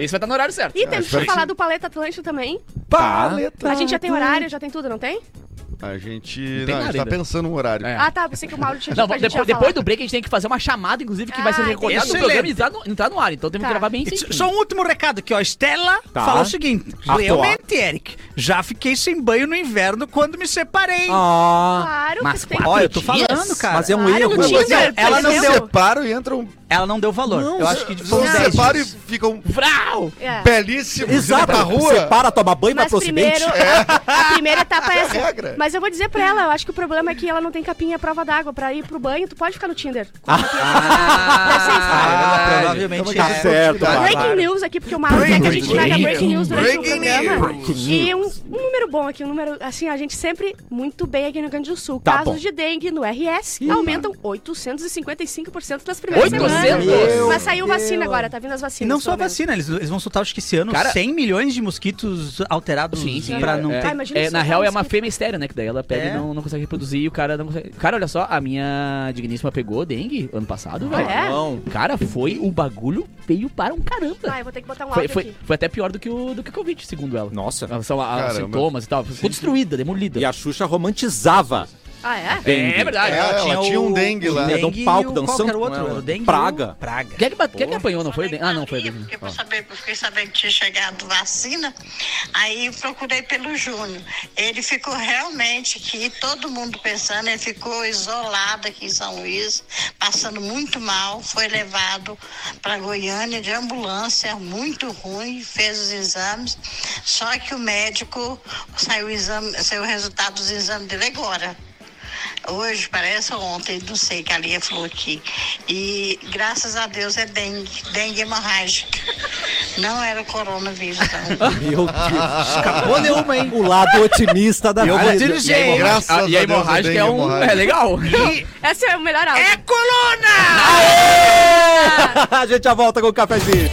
S2: Isso vai estar no horário certo.
S4: E temos
S5: espero
S4: que
S5: que
S4: falar
S5: sim.
S4: do Paleta Atlântico também.
S1: Tá.
S4: A gente já tem horário, já tem tudo, não tem?
S5: A gente.
S2: tem
S5: Não, a
S2: nada
S5: gente tá
S2: ainda.
S5: pensando no horário.
S2: É.
S4: Ah, tá. Pensei que o Mauro tinha
S2: Não,
S4: dito pra gente
S2: depois,
S4: já
S2: depois
S4: falar.
S2: do break a gente tem que fazer uma chamada, inclusive, que vai ser
S4: Ah,
S2: recordada no
S3: entendi.
S2: programa e entrar no, entrar no ar. Então temos que gravar bem
S3: E só-
S2: certinho.
S3: Só um último recado aqui, ó. Estela
S1: Tá.
S3: fala o seguinte:
S1: Atual.
S3: realmente, Eric, já fiquei sem banho no inverno quando me separei.
S1: Ah,
S4: Claro
S2: Mas
S4: que tem.
S2: quatro
S3: Ó, eu tô
S2: dias?
S3: falando, cara.
S1: mas é um
S4: Claro,
S1: erro.
S4: não tinha. Tinder,
S3: ela não
S4: entendeu?
S3: deu,
S5: Separam e entram.
S3: ela não deu valor. eu acho que foi um
S5: Não,
S3: 10.
S5: separam e ficam
S2: Vral!
S4: É.
S5: belíssimos.
S1: Exato.
S5: Pra
S1: Você
S5: rua.
S1: para, toma banho e vai
S4: Mas
S1: pro ocidente.
S4: primeiro, <laughs> a primeira etapa é essa.
S5: regra.
S4: Mas eu vou dizer pra ela, eu acho que o problema é que ela não tem capinha à prova d'água. Pra ir pro banho, tu pode ficar no Tinder.
S3: Ah,
S2: Ah,
S3: provavelmente
S1: Tá
S3: é.
S1: certo,
S5: Claro.
S4: Breaking
S1: Bárbara.
S4: news aqui, porque o Mauro quer que a gente
S1: Breaking
S4: traga
S1: news.
S4: breaking news durante
S5: Breaking
S4: o programa.
S1: news.
S4: E um, um número bom aqui, um número, assim, a gente sempre muito bem aqui no Rio Grande do Sul.
S1: Tá
S4: Casos
S1: bom.
S4: de dengue no RS aumentam 855% nas primeiras
S2: 800?
S4: semanas. Mas saiu vacina agora, tá vindo as
S3: E
S4: vacinas.
S3: não só a
S4: pelo menos.
S3: vacina, eles, eles vão soltar, acho que esse ano,
S2: Cara-
S3: 100 milhões de mosquitos alterados
S2: Sim, sim.
S3: pra não
S2: é,
S3: ter.
S4: Ah, imagina
S2: é,
S4: se
S2: na
S4: soltar
S2: real, é
S4: um
S2: uma
S4: mosquito.
S2: fêmea estéreo, né? Que daí ela pega
S3: É.
S2: e não, não consegue reproduzir e o cara não consegue. Cara, olha só, a minha digníssima pegou dengue ano passado, velho.
S3: Ah,
S4: é?
S1: Não.
S2: Cara, foi o bagulho veio para um
S4: Ah,
S2: caramba.
S4: eu vou ter que botar um
S2: Foi,
S4: áudio
S2: foi,
S4: aqui.
S2: foi até pior do que o do que o Covid, segundo ela.
S1: Nossa.
S2: Ela- São a- os
S5: Caramba.
S2: sintomas e tal. Ficou destruída, demolida.
S1: E a Xuxa romantizava.
S4: Ah, é?
S1: dengue.
S2: verdade.
S5: É, ela tinha um dengue lá.
S1: Né, de um
S3: e
S1: palco
S3: o-
S1: dançando
S3: qual que
S1: com
S3: era o outro?
S1: ela.
S3: Era o dengue e
S1: Praga.
S3: o- Praga.
S2: Quem é que, bate- quem é que apanhou? Não foi o dengue? Ah, não, foi o
S8: Aí eu
S2: dengue.
S8: Fiquei, pra saber, eu fiquei sabendo que tinha chegado vacina, aí eu procurei pelo Júnior. Ele ficou realmente aqui, todo mundo pensando, ele ficou isolado aqui em São Luís, passando muito mal, foi levado para Goiânia de ambulância, muito ruim, fez os exames, só que o médico saiu o, exame, saiu o resultado dos exames dele agora. Hoje, parece ontem, não sei, que a Lia falou aqui. E graças a Deus é dengue, dengue hemorrágica. Não era o coronavírus, não.
S1: Meu
S2: <laughs>
S1: Deus.
S3: Escapou de uma, hein?
S1: O lado otimista da
S3: Eu vou te
S1: vida.
S3: dizer, hein?
S5: Graças a
S2: Ah, e a
S5: Deus, não
S2: hemorrágica
S5: tem
S2: é um.
S5: hemorrágica.
S2: É legal.
S4: Esse é o melhor áudio.
S3: É coluna!
S1: <laughs> a gente já volta com o cafezinho.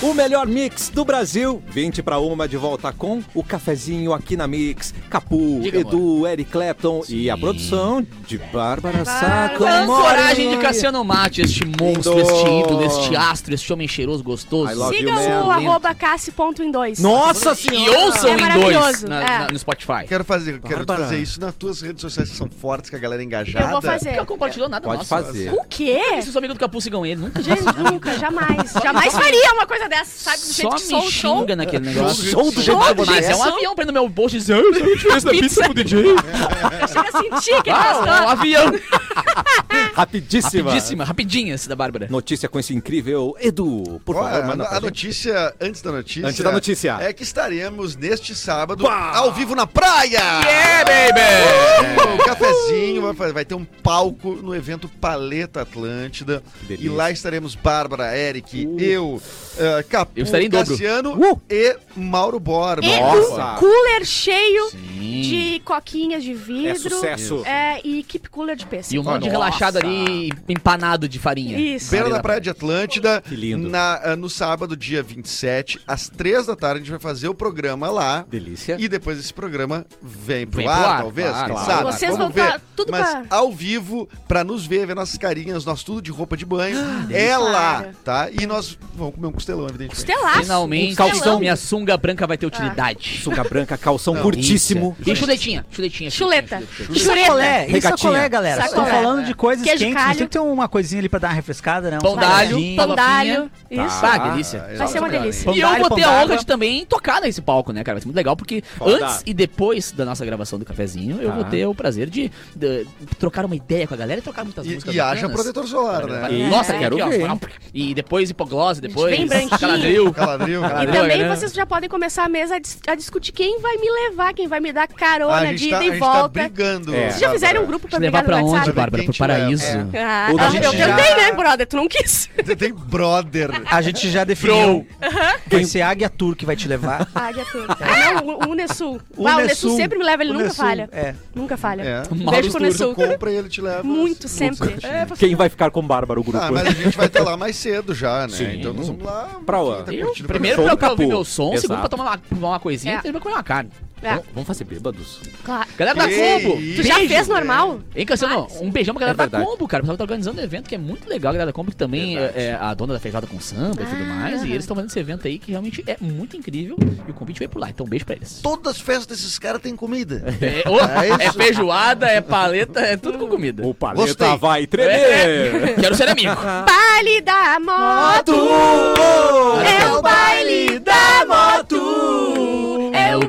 S1: O melhor mix do Brasil. 20 para uma de volta com o cafezinho aqui na Mix. Capu,
S2: Diga,
S1: Edu, Eric Clapton e a produção de Bárbara Saco.
S2: Com coragem de Cassiano Mate, este monstro,
S1: Lindo.
S2: este ídolo, este astro, este homem cheiroso, gostoso.
S1: I love you,
S4: Sigam
S1: man.
S4: o arroba cassi.in2.
S1: Nossa
S2: E
S1: senhora!
S2: ouçam
S4: É
S2: em dois
S4: maravilhoso,
S2: na-
S4: é.
S2: na- no Spotify.
S5: Quero fazer, quero
S1: Bárbara.
S5: fazer isso nas tuas redes sociais que são fortes, que a galera é engajada.
S4: Eu vou fazer.
S2: Nunca compartilhou nada
S1: Pode
S2: nosso.
S1: fazer.
S4: O quê?
S2: Se os amigos do Capu sigam ele, nunca
S4: Gente, nunca, jamais. Jamais faria uma coisa dessa, sabe? Do jeito
S2: só
S4: que sou
S2: me
S4: o show.
S2: xinga naquele negócio.
S1: Sou do jeito que eu vou
S2: Mas é um
S1: nessa.
S2: avião prendo meu bolso e dizer, eu sei a diferença da pizza pro DJ.
S4: Eu chego a sentir que é ele
S2: Ah,
S4: gostou.
S2: um avião.
S1: Rapidíssima.
S2: Rapidíssima, rapidinha essa da Bárbara.
S1: Notícia com esse incrível Edu, por
S5: Olha,
S1: favor,
S5: a,
S1: manda
S5: a
S1: pra gente.
S5: notícia, antes da notícia.
S1: Antes da notícia.
S5: É que estaremos neste sábado ao vivo na praia!
S6: baby!
S5: É, um cafezinho, vai, fa- vai ter um palco no evento Paleta Atlântida. E
S1: delícia.
S5: lá estaremos Bárbara, Eric, eu, eh, Capu,
S2: Uh. Eu estarei em dobro.
S5: Cassiano
S1: Uh!
S5: e Mauro Borba.
S4: E
S1: Nossa.
S4: um cooler cheio
S2: Sim.
S4: de coquinhas de
S1: É
S4: vidro.
S1: sucesso.
S4: É, e keep cooler de pêssego.
S2: E um monte de relaxado ali, empanado de farinha.
S4: Isso.
S5: Beira da Praia de Atlântida.
S1: Que lindo.
S5: na- eh, no sábado, dia 27, às 3 da tarde, a gente vai fazer o programa lá.
S1: Delícia.
S5: E depois esse programa vem pro,
S2: Vem pro
S5: ar,
S2: ar,
S5: talvez,
S2: claro,
S5: quem
S1: claro.
S5: sabe?
S4: Vocês
S5: Vamos
S4: vão
S5: ver.
S4: tá tudo
S5: Mas
S4: pra-
S5: ao vivo, pra nos ver, ver nossas carinhas, nosso tudo de roupa de banho,
S4: Ah,
S5: é lá,
S4: Claro.
S5: tá? E nós vamos comer um costelão, evidentemente.
S4: Estelaço.
S2: Finalmente,
S4: Estelão.
S2: minha sunga branca vai ter utilidade.
S1: Um Sunga branca, calção
S5: Não, é-
S1: curtíssimo.
S2: E chuletinha, chuletinha.
S4: Chuleta.
S3: E sacolé, e
S1: Regatinha.
S3: sacolé, é galera. Estou
S4: Sacolé.
S3: falando de coisas
S4: é Queijo
S3: quentes, mas
S4: calho.
S3: tem que ter uma coisinha ali pra dar uma refrescada, né? Um
S2: Pão d'alho,
S3: salgadinho.
S2: pão
S4: Pandalho.
S1: Tá.
S4: Isso.
S2: Ah, que delícia.
S5: Ah,
S4: Vai ser uma delícia.
S3: Pão
S2: E eu
S3: d'alho,
S2: vou
S3: pão
S2: ter a honra
S3: d'água.
S2: de também tocar nesse palco, né, cara? Vai ser muito legal, porque
S1: Pau
S2: antes
S1: d'água.
S2: e depois da nossa gravação do cafezinho, eu
S1: Tá.
S2: vou ter o prazer de, de, trocar uma ideia com a galera e trocar muitas músicas
S5: E, e haja
S2: bacanas.
S5: protetor solar, né?
S1: E-
S2: Nossa,
S1: É.
S2: quero
S1: Quero
S2: ver.
S1: ver,
S2: Ó, e depois hipoglose, depois
S4: Bem branquinho.
S2: caladril.
S5: Caladril,
S2: E
S4: E
S5: caladril.
S2: Valeu,
S4: também
S2: galera.
S4: vocês já podem começar a mesa a, dis- a discutir quem vai me levar, quem vai me dar
S5: A
S4: carona de
S5: gente
S4: ida
S5: tá, a
S4: e
S5: gente tá
S4: volta.
S5: brigando.
S1: É.
S4: Vocês já fizeram um
S5: Bárbara.
S4: grupo pra
S2: Te
S4: brigar
S2: levar pra
S4: no
S2: onde,
S4: WhatsApp?
S2: Bárbara? Pro
S5: Quem te leva?
S2: paraíso.
S5: É.
S4: Ah,
S1: Ou da
S4: eu-
S1: gente
S4: eu
S1: já-
S4: tentei, né, brother? Tu não quis.
S5: Você
S4: <laughs>
S5: tem brother.
S3: A gente já definiu. Vai ser Águia Tour que vai te levar.
S4: Águia Turca. <laughs> Ah, não, o- o Unesul. Ah, o Unesul sempre me leva, ele nunca
S3: Unesul,
S4: falha.
S3: É.
S4: Nunca falha.
S5: É.
S2: Mauro
S4: Beijo pro
S2: Sturzo
S5: Tu
S4: Unesul.
S5: compra e ele te leva.
S4: Muito, sempre.
S1: Quem vai ficar com Bárbara, o grupo?
S5: Ah, mas a gente vai estar lá mais cedo já, né?
S1: Sim.
S5: Então nós vamos lá.
S1: Pra lá.
S5: Tá
S1: Eu-
S5: curtindo o
S2: um Primeiro
S1: Show
S2: pra,
S1: do
S2: pra ouvir
S1: Capu.
S2: meu som,
S1: Exato.
S2: segundo pra tomar uma, tomar uma coisinha,
S4: É.
S2: terceiro pra comer uma carne.
S4: É.
S2: Vamos- Vamos fazer bêbados?
S4: Claro.
S2: Galera da
S5: Que
S2: Globo!
S5: isso.
S4: Tu já
S2: beijo.
S4: fez normal?
S2: Hein, Cassiano? Um beijão pra galera
S1: É
S2: da
S1: verdade.
S2: Combo, cara. O pessoal tá organizando um evento que é muito legal. A galera da Combo que também é, é a dona da feijada com samba e tudo
S4: Ah.
S2: mais. E eles estão fazendo esse evento aí que realmente é muito incrível. E o convite veio por lá. Então, um beijo pra eles.
S7: Todas as festas desses caras têm comida.
S2: É, ô, é feijoada, é paleta, é tudo com comida.
S1: O paleta
S7: Gostei.
S1: vai tremer.
S2: É, quero ser
S4: <laughs>
S2: amigo.
S4: Baile da moto é o baile da moto. É o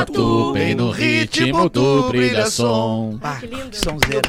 S4: moto.
S5: bem no Um ritmo do brilhação.
S3: Ah,
S4: que lindo.
S3: Sonzeira.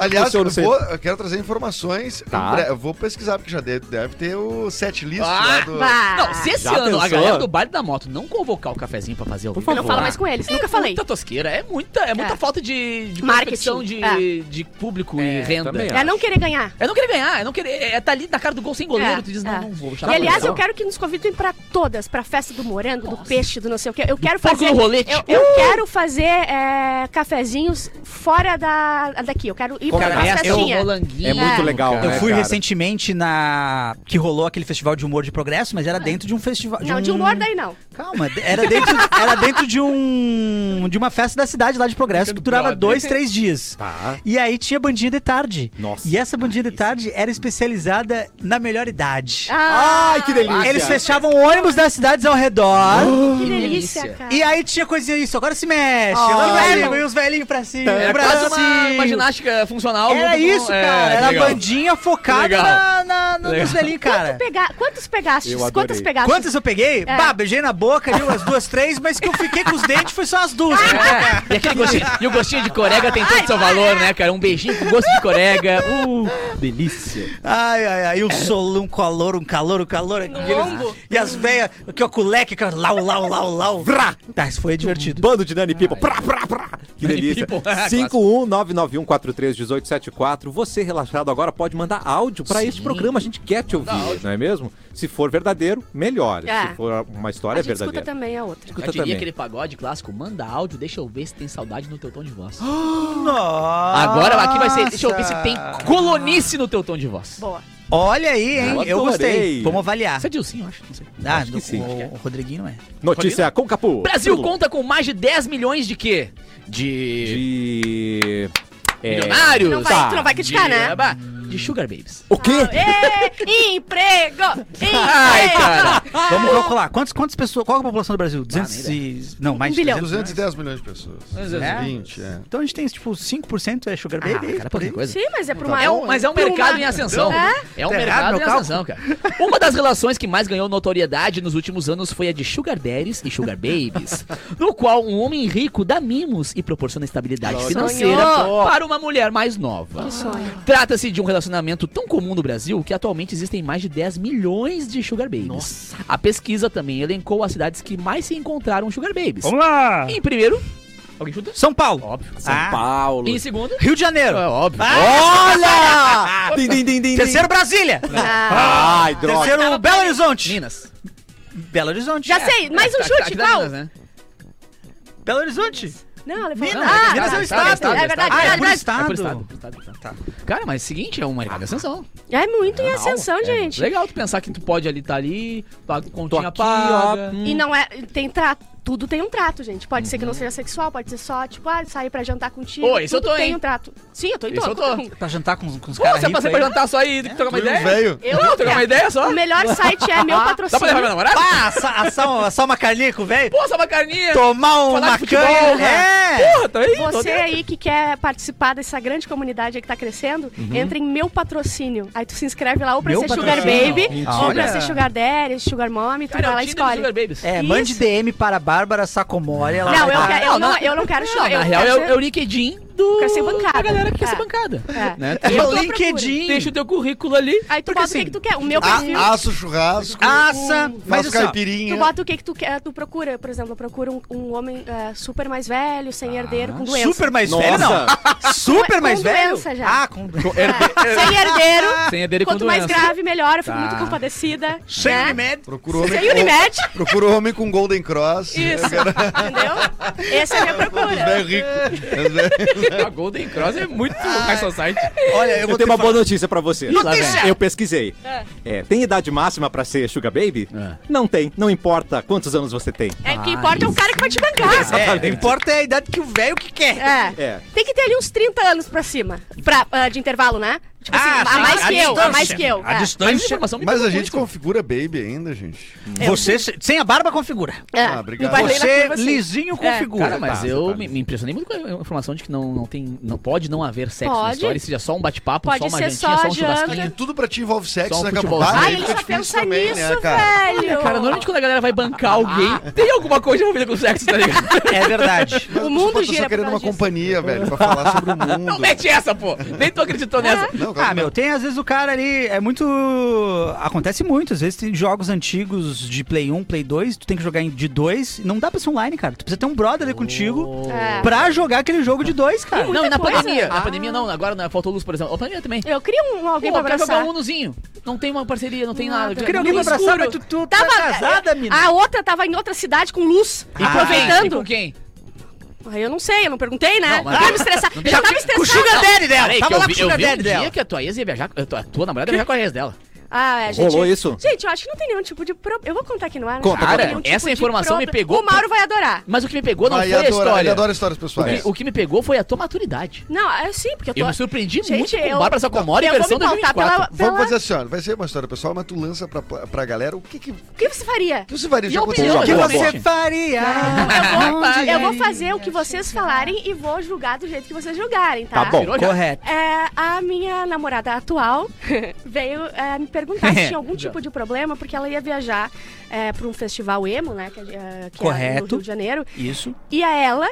S5: Aliás, eu,
S1: Funciona sempre.
S5: vou, eu quero trazer informações.
S1: Tá.
S5: em bre- Eu vou pesquisar, porque já deve, deve ter o set list
S2: Ah,
S5: lá do.
S4: Bah.
S2: Não, se esse
S1: Já
S2: ano a
S1: pensou?
S2: galera do baile da moto não convocar o cafezinho pra fazer o
S1: Por
S2: vídeo,
S1: favor.
S4: Não fala mais com eles, nunca falei.
S2: Muita tosqueira, é muita, é muita
S4: É.
S2: falta de, de
S4: Marketing,
S2: percepção de,
S4: é.
S2: de público e
S1: É,
S2: renda.
S1: também
S4: É não querer ganhar.
S2: É não querer ganhar, é não querer. É tá ali na cara do gol sem goleiro,
S4: É,
S2: tu diz, não,
S4: é.
S2: não vou.
S4: E aliás, eu quero que nos convidem pra todas, pra festa do morango, do peixe, do não sei o quê. Eu quero
S2: Porco
S4: fazer.
S2: no rolete.
S4: Eu, eu quero fazer é, cafezinhos fora da, daqui. Eu quero ir pra
S2: Cara,
S4: umas
S2: essa é
S4: festinhas.
S2: rolanguinho.
S1: É muito legal,
S3: Eu
S1: né,
S3: fui
S1: cara?
S3: recentemente na. que rolou aquele festival de humor de progresso, mas era dentro de um festival.
S4: Não, de humor daí não.
S3: Calma, de- era dentro, era dentro de um. de uma festa da cidade lá de progresso que durava dois, três dias.
S1: Tá.
S3: E aí tinha bandinha de tarde.
S1: Nossa.
S3: E essa bandinha de tarde era especializada na melhor
S4: Ah,
S3: idade.
S1: Ai, que delícia.
S3: Eles fechavam um ônibus das cidades ao redor.
S4: que delícia, cara.
S3: E aí tinha coisinha isso, agora se mexe. agora
S4: que
S3: vai,
S4: legal.
S3: e os velhinhos pra cima.
S2: É
S3: pra
S2: quase uma,
S3: cima.
S2: uma ginástica funcional.
S3: assim. Era
S2: junto com-
S3: isso, cara.
S2: é,
S3: era
S2: legal.
S3: bandinha focada
S2: Legal.
S3: na, na- na- nos velhinhos, cara.
S4: Pega- Quantos
S1: Eu
S4: pegastes?
S1: adorei.
S4: Quantas pegastes?
S3: Quantas eu peguei? Bah, beijei na boca ali umas duas, três, mas que eu fiquei com os dentes foi só as duas.
S2: É, e, aquele gostinho, e o gostinho de corega tem todo o seu valor, né, cara? Um beijinho com gosto de corega. Uh, delícia.
S3: Ai, ai, ai, e o sol, um calor, um calor, um calor. aqueles- E as velhas, aqui ó, com o leque, cara, lau, lau, lau, lau. Vrá. Tá, isso foi divertido.
S1: Bando de Nani People. Prá, prá, prá. Que
S2: Nani
S1: delícia.
S2: People. Ah,
S1: 51991431874. Você relaxado agora pode mandar áudio pra este programa. A gente quer te ouvir, não é mesmo? Se for verdadeiro, melhor.
S4: É.
S1: Se for uma
S4: A
S1: história
S4: gente escuta
S1: verdadeira.
S4: também a outra.
S1: Escuta
S2: Eu diria
S1: também.
S2: aquele pagode clássico, manda áudio, deixa eu ver se tem saudade no teu tom de voz.
S3: Nossa.
S2: Agora aqui vai ser, deixa eu ver se tem colonice no teu tom de voz.
S4: Boa.
S3: Olha aí, hein?
S1: Eu
S3: Eu gostei.
S1: adorei.
S3: Vamos avaliar.
S2: Você é Dilcinho, eu acho, não sei.
S3: Ah,
S1: Acho que
S3: do-
S1: sim.
S3: o, o Rodriguinho não é.
S1: Notícia com Capu.
S2: Brasil
S1: Tudo.
S2: conta com mais de 10 milhões de quê? De...
S1: De... É,
S2: milionários.
S4: Não vai- tu não vai criticar, né?
S2: Aba- de Sugar Babies.
S1: O quê?
S4: Ah, Ê, <laughs> emprego! Emprego!
S2: Ai, cara.
S3: Vamos calcular. Quantas, quantas pessoas. Qual é a população do Brasil? 200
S2: nem
S3: e. Não, mais
S4: Um bilhão.
S5: 210 milhões de pessoas. 220, é.
S3: Então a gente tem, tipo, 5% é sugar
S2: Ah,
S3: baby.
S2: cara, pouca coisa.
S4: Sim, mas é pra uma.
S2: É um- mas é um
S4: pra uma-
S2: mercado em ascensão.
S4: É?
S2: É um
S3: Tá errado
S2: mercado
S3: meu
S2: em ascensão, cara. Uma das relações que mais ganhou notoriedade nos últimos anos foi a de Sugar Daddies e Sugar
S4: <laughs>
S2: Babies, no qual um homem rico dá mimos e proporciona estabilidade financeira
S4: Sonhou!
S2: para uma mulher mais nova. Trata-se de um relacionamento tão comum no Brasil que atualmente existem mais de 10 milhões de Sugar Babies. A pesquisa também elencou as cidades que mais se encontraram Sugar Babies.
S3: Vamos lá!
S2: Em primeiro, alguém chuta?
S3: São Paulo.
S1: São
S3: Ah.
S1: Paulo.
S2: Em segundo,
S3: Rio de Janeiro. Ah.
S2: é óbvio.
S3: <laughs>
S1: Olha! Din, din, din, din, din.
S3: Terceiro, Brasília.
S4: Ah.
S3: Ah.
S1: Ai, droga.
S3: Terceiro, Belo Horizonte.
S2: Minas.
S3: Belo Horizonte. é.
S4: Já sei, mais um
S2: Tá- tá-
S4: chute,
S2: aqui da
S4: qual?
S2: Minas, né?
S3: Belo Horizonte.
S4: Não, ela falou.
S3: Minas.
S4: Ah,
S3: Minas é um
S4: tá,
S3: estado.
S4: tá, É verdade,
S3: Ah, é
S4: é
S3: por
S4: verdade.
S3: estado.
S2: É por estado, por estado, por estado. Cara, mas é o seguinte, é um mercado de ascensão.
S4: É muito em ascensão,
S2: É
S4: gente.
S2: legal tu pensar que tu pode ali estar tá ali, paga com
S1: Tô
S2: continha
S1: aqui,
S2: paga.
S1: ó.
S4: E não é. Tem trato. Tudo tem um trato, gente. Pode ser que não seja sexual, pode ser só, tipo, ah, sair pra jantar contigo.
S2: Uhum. Ô, esse eu
S4: Tudo
S2: tô,
S4: tem
S2: hein?
S4: um trato. Sim, eu tô em
S2: Esse
S4: todo.
S2: eu tô.
S3: Pra jantar com, com os
S2: Pô,
S3: caras
S2: você
S3: ricos
S2: passar
S3: aí.
S2: pra jantar só aí, trocar uma
S5: Tu e o
S2: ideia?
S5: velho.
S4: é Eu,
S2: Não, trocar uma ideia só?
S4: O melhor site é meu
S2: <laughs> Dá pra levar
S4: patrocínio.
S2: meu namorado?
S3: Ah, assar, assar, assar uma carninha com o velho?
S2: Pô, só uma carninha.
S3: Tomar
S2: falar
S3: uma
S2: de futebol,
S3: cana.
S2: né?
S3: É.
S2: Porra, tá aí, tô
S4: Você
S2: dentro.
S4: aí que quer participar dessa grande comunidade aí que tá crescendo,
S2: Uhum.
S4: entra em meu patrocínio. Aí tu se inscreve lá ou pra
S3: Meu
S4: ser Sugar
S3: patrocínio.
S4: Baby, ou pra
S3: Olha.
S4: ser Sugar Daddy, Sugar Mommy, tu
S2: Cara, é
S4: vai
S2: o
S4: lá e
S2: Tinder dos
S4: escolhe.
S2: Sugar Babies.
S3: É,
S4: Isso.
S3: mande DM para Bárbara Sacomori. Ela
S4: Não,
S3: vai
S4: eu,
S3: dar-
S4: quero- eu não, eu não quero
S2: Não,
S4: show.
S2: na
S4: eu
S2: real,
S4: quero
S2: é, o-
S4: ser-
S2: é o LinkedIn do...
S4: Quer ser bancada.
S2: Da galera que quer
S4: É.
S2: ser bancada.
S4: É.
S2: <laughs> Né?
S4: Eu
S2: Deixa
S4: tô
S2: o
S4: à
S2: link-
S3: LinkedIn.
S2: Deixa o teu currículo ali.
S4: Aí tu
S3: Porque
S4: bota o
S3: assim,
S2: é
S4: que, que tu quer. O meu perfil.
S7: A, aço churrasco,
S4: Ah, tá.
S5: Faz
S3: Assa, faz
S5: o
S4: é
S3: assim, ó.
S5: caipirinha.
S4: Tu bota o que, que tu quer, tu procura, por exemplo, eu procuro um, um homem eh, super mais velho, sem
S2: Ah,
S4: herdeiro, com doença.
S3: Super mais
S1: Nossa.
S3: velho, <laughs> não. Super
S4: Com
S3: mais velho?
S4: doença já.
S3: Ah, com
S4: É, <laughs> sem herdeiro.
S2: Sem herdeiro e com
S4: Quanto mais
S2: doença.
S4: grave, melhor. Eu fico
S2: Tá.
S4: muito compadecida.
S3: Sem
S4: né?
S3: remédio.
S5: Procura o homem,
S4: Sem Unimed.
S5: procura o homem com Golden Cross.
S4: Isso. Entendeu? Essa é a minha
S5: É
S4: procura.
S5: rico.
S4: É
S5: Os velhos-
S2: <laughs> A Golden Cross é muito mais society.
S3: Olha, eu
S1: Eu
S3: vou
S1: tenho
S3: ter
S1: uma
S3: uma
S1: boa notícia pra você. Eu pesquisei. É, tem idade máxima pra ser Sugar Baby?
S2: É.
S1: Não tem. Não importa quantos anos você tem.
S4: É o que importa é o cara que vai te bancar.
S3: É, o
S1: Exatamente.
S3: que importa é a idade que o velho que quer.
S4: É.
S1: É.
S4: Tem que ter ali uns 30 anos pra cima. Pra, ah, de intervalo, né? Tipo assim,
S3: Ah,
S4: a
S3: sim,
S4: mais
S3: a
S4: que eu, a
S3: distância.
S4: mais que eu.
S3: A
S4: é.
S2: Mas, a
S3: distância.
S2: informação me
S5: Mas a
S2: pegou
S5: gente
S2: muito.
S5: configura baby ainda, gente.
S3: É, Você, se- sem a barba, configura.
S4: É.
S5: Ah, obrigado.
S4: No Parley na
S3: Você,
S4: Curva, assim. É. sim.
S3: lisinho, configura.
S2: Cara, mas
S5: Tá,
S2: eu
S5: tá.
S2: me, me impressionei muito com a informação de que não, não tem. Não pode não haver sexo na
S4: Pode.
S2: história, seja só um bate-papo,
S4: Pode
S2: só uma
S4: ser
S2: jantinha,
S4: só
S2: só um
S4: janta.
S2: churrasquinho.
S5: E tudo pra ti envolve sexo,
S2: Só um
S5: né, Capu?
S2: futebolzinho.
S5: Ah,
S4: é- Ai,
S5: aí
S4: ele só
S5: fica difícil
S4: pensa
S5: também,
S4: nisso,
S5: né, cara?
S4: velho.
S2: Cara, normalmente quando a galera vai bancar <laughs> alguém, tem alguma coisa envolvida com sexo, tá ligado?
S3: <laughs> É verdade.
S5: Mas
S4: O mundo
S5: pessoa
S4: gira
S5: só
S4: por
S5: querendo
S4: causa
S5: uma
S4: disso.
S5: companhia, velho, pra falar sobre o mundo.
S2: Não mete essa, pô! Nem tu acreditou nessa.
S5: Não, claro
S3: Ah,
S5: que
S3: meu, tem às vezes o cara ali, é muito... Acontece muito, às vezes tem jogos antigos de Play 1, Play 2, tu tem que jogar em- de dois, não dá pra ser online, cara. Tu precisa ter um brother ali contigo
S4: É.
S3: pra jogar aquele jogo de dois, cara.
S2: não, e na
S4: coisa.
S2: pandemia. Na pandemia não, agora não, faltou luz, por exemplo. Na pandemia também.
S4: Eu queria um, Ah. alguém
S2: Pô,
S4: pra
S2: quer jogar
S4: abraçar.
S2: um unozinho. Não tem uma parceria, não tem
S4: Nada.
S2: nada.
S3: Tu queria alguém pra abraçar, mas tu, tu tá casada, mina.
S4: é, A outra tava em outra cidade com luz,
S2: E aproveitando.
S4: aproveitando.
S2: Com quem?
S4: Ah, Eu não sei, eu não perguntei, né?
S2: Não,
S4: Não,
S2: mas-
S4: quero me estressar.
S2: Não
S4: Já
S2: tem-
S4: tava
S3: Com o
S4: estressado.
S3: sugar daddy dela.
S2: Peraí, que
S3: Tava
S2: eu
S3: lá
S2: vi,
S3: com o
S2: eu
S3: sugar
S2: vi um
S3: daddy dela.
S2: dia que a tua ex ia viajar, a tua, a tua namorada ia viajar com a ex dela.
S4: Ah, é, gente.
S1: Rolou isso?
S4: Gente, eu acho que não tem nenhum tipo de problema. Eu vou contar aqui no ar. né?
S1: Conta,
S4: Não tem
S2: conta.
S4: nenhum
S2: Essa
S4: de
S2: informação me
S4: proble-
S2: pegou.
S4: O Mauro vai adorar.
S2: Mas o que me pegou não
S5: Vai,
S2: foi a
S5: adora- Ele
S2: história.
S5: adora histórias
S2: O que,
S5: pessoais.
S2: o que me pegou foi a tua maturidade.
S4: Não, é sim, porque eu tô.
S2: Eu me surpreendi
S4: Gente,
S2: muito com
S4: eu-
S2: Bárbara Sacomori
S4: eu vou
S2: versão
S4: me pautar
S2: 2004.
S4: pela-
S5: Vamos
S4: pela-
S5: fazer assim, ó. Vai ser uma história pessoal, mas tu lança pra, pra galera o que que,
S4: O que você faria?
S5: que você faria.
S2: E
S5: Já
S2: a
S5: aconteceu
S2: opinião
S5: já
S3: que
S2: Boa,
S3: você
S2: boa. Ah,
S3: faria?
S4: Eu vou,
S3: Onde
S4: eu vou
S3: iria
S4: fazer o que vocês falarem e vou julgar do jeito que vocês julgarem, tá?
S1: Tá bom.
S2: Virou já.
S3: Correto.
S4: É, a minha namorada atual <laughs> veio é, me perguntar se
S2: <laughs>
S4: tinha algum tipo de problema, porque ela ia viajar é, para um festival emo, né? Que, é, que é no
S3: Correto.
S4: Rio de Janeiro.
S3: Isso.
S4: E a ela,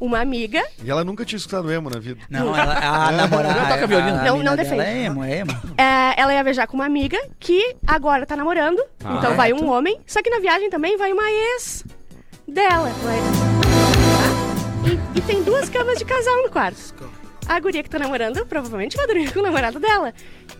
S4: uma amiga,
S5: E ela nunca tinha escutado emo na vida.
S3: Não, ela, a namorada.
S2: Ela toca violino.
S3: a
S4: Não,
S3: mina
S4: não
S3: dela
S4: defende.
S3: É emo, é emo.
S4: é, ela ia viajar com uma amiga que agora tá namorando. então vai um homem. Só que na viagem também vai uma ex dela. vai- tá? E, e tem duas camas de casal no quarto. A guria que tá namorando provavelmente vai dormir com o namorado dela.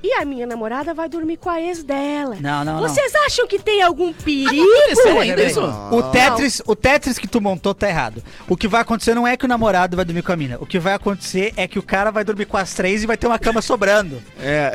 S4: E a minha namorada vai dormir com a ex dela.
S3: Não, não, não.
S4: Vocês acham que tem algum perigo?
S2: Aconteceu ainda
S3: Peraí,
S2: isso?
S3: É O Tetris, o Tetris que tu montou tá errado. O que vai acontecer não é que o namorado vai dormir com a mina. O que vai acontecer é que o cara vai dormir com as três e vai ter uma cama sobrando.
S5: É.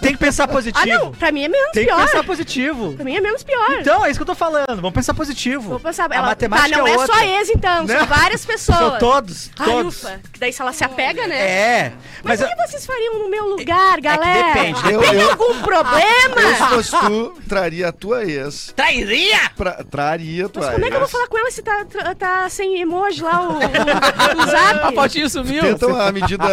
S3: Tem que pensar positivo.
S4: Ah, não, pra mim é menos
S3: Tem que
S4: pior.
S3: pensar positivo.
S4: Pra mim é menos pior.
S3: Então, é isso que eu tô falando. Vamos pensar positivo.
S4: Vou pensar,
S3: a
S4: ela,
S3: matemática
S4: tá, não
S3: é
S4: é,
S3: outra.
S4: só ex então,
S3: Não.
S4: são várias pessoas.
S3: São todos,
S4: Ai,
S3: todos.
S4: ufa. Que daí se ela se apega, né?
S3: É.
S4: Mas,
S3: Mas,
S4: o que vocês fariam no meu lugar, galera?
S3: depende,
S4: Tem
S5: depende.
S4: algum problema?
S5: Eu, se fosse tu, traria a tua ex.
S2: Trairia!
S5: Pra, traria a tua
S4: Mas como é que eu vou
S5: ex.
S4: falar com ela se tá, tá sem emoji lá o, o, o zap?
S2: A fotinho sumiu.
S5: Tentam então
S4: <laughs>
S5: a medida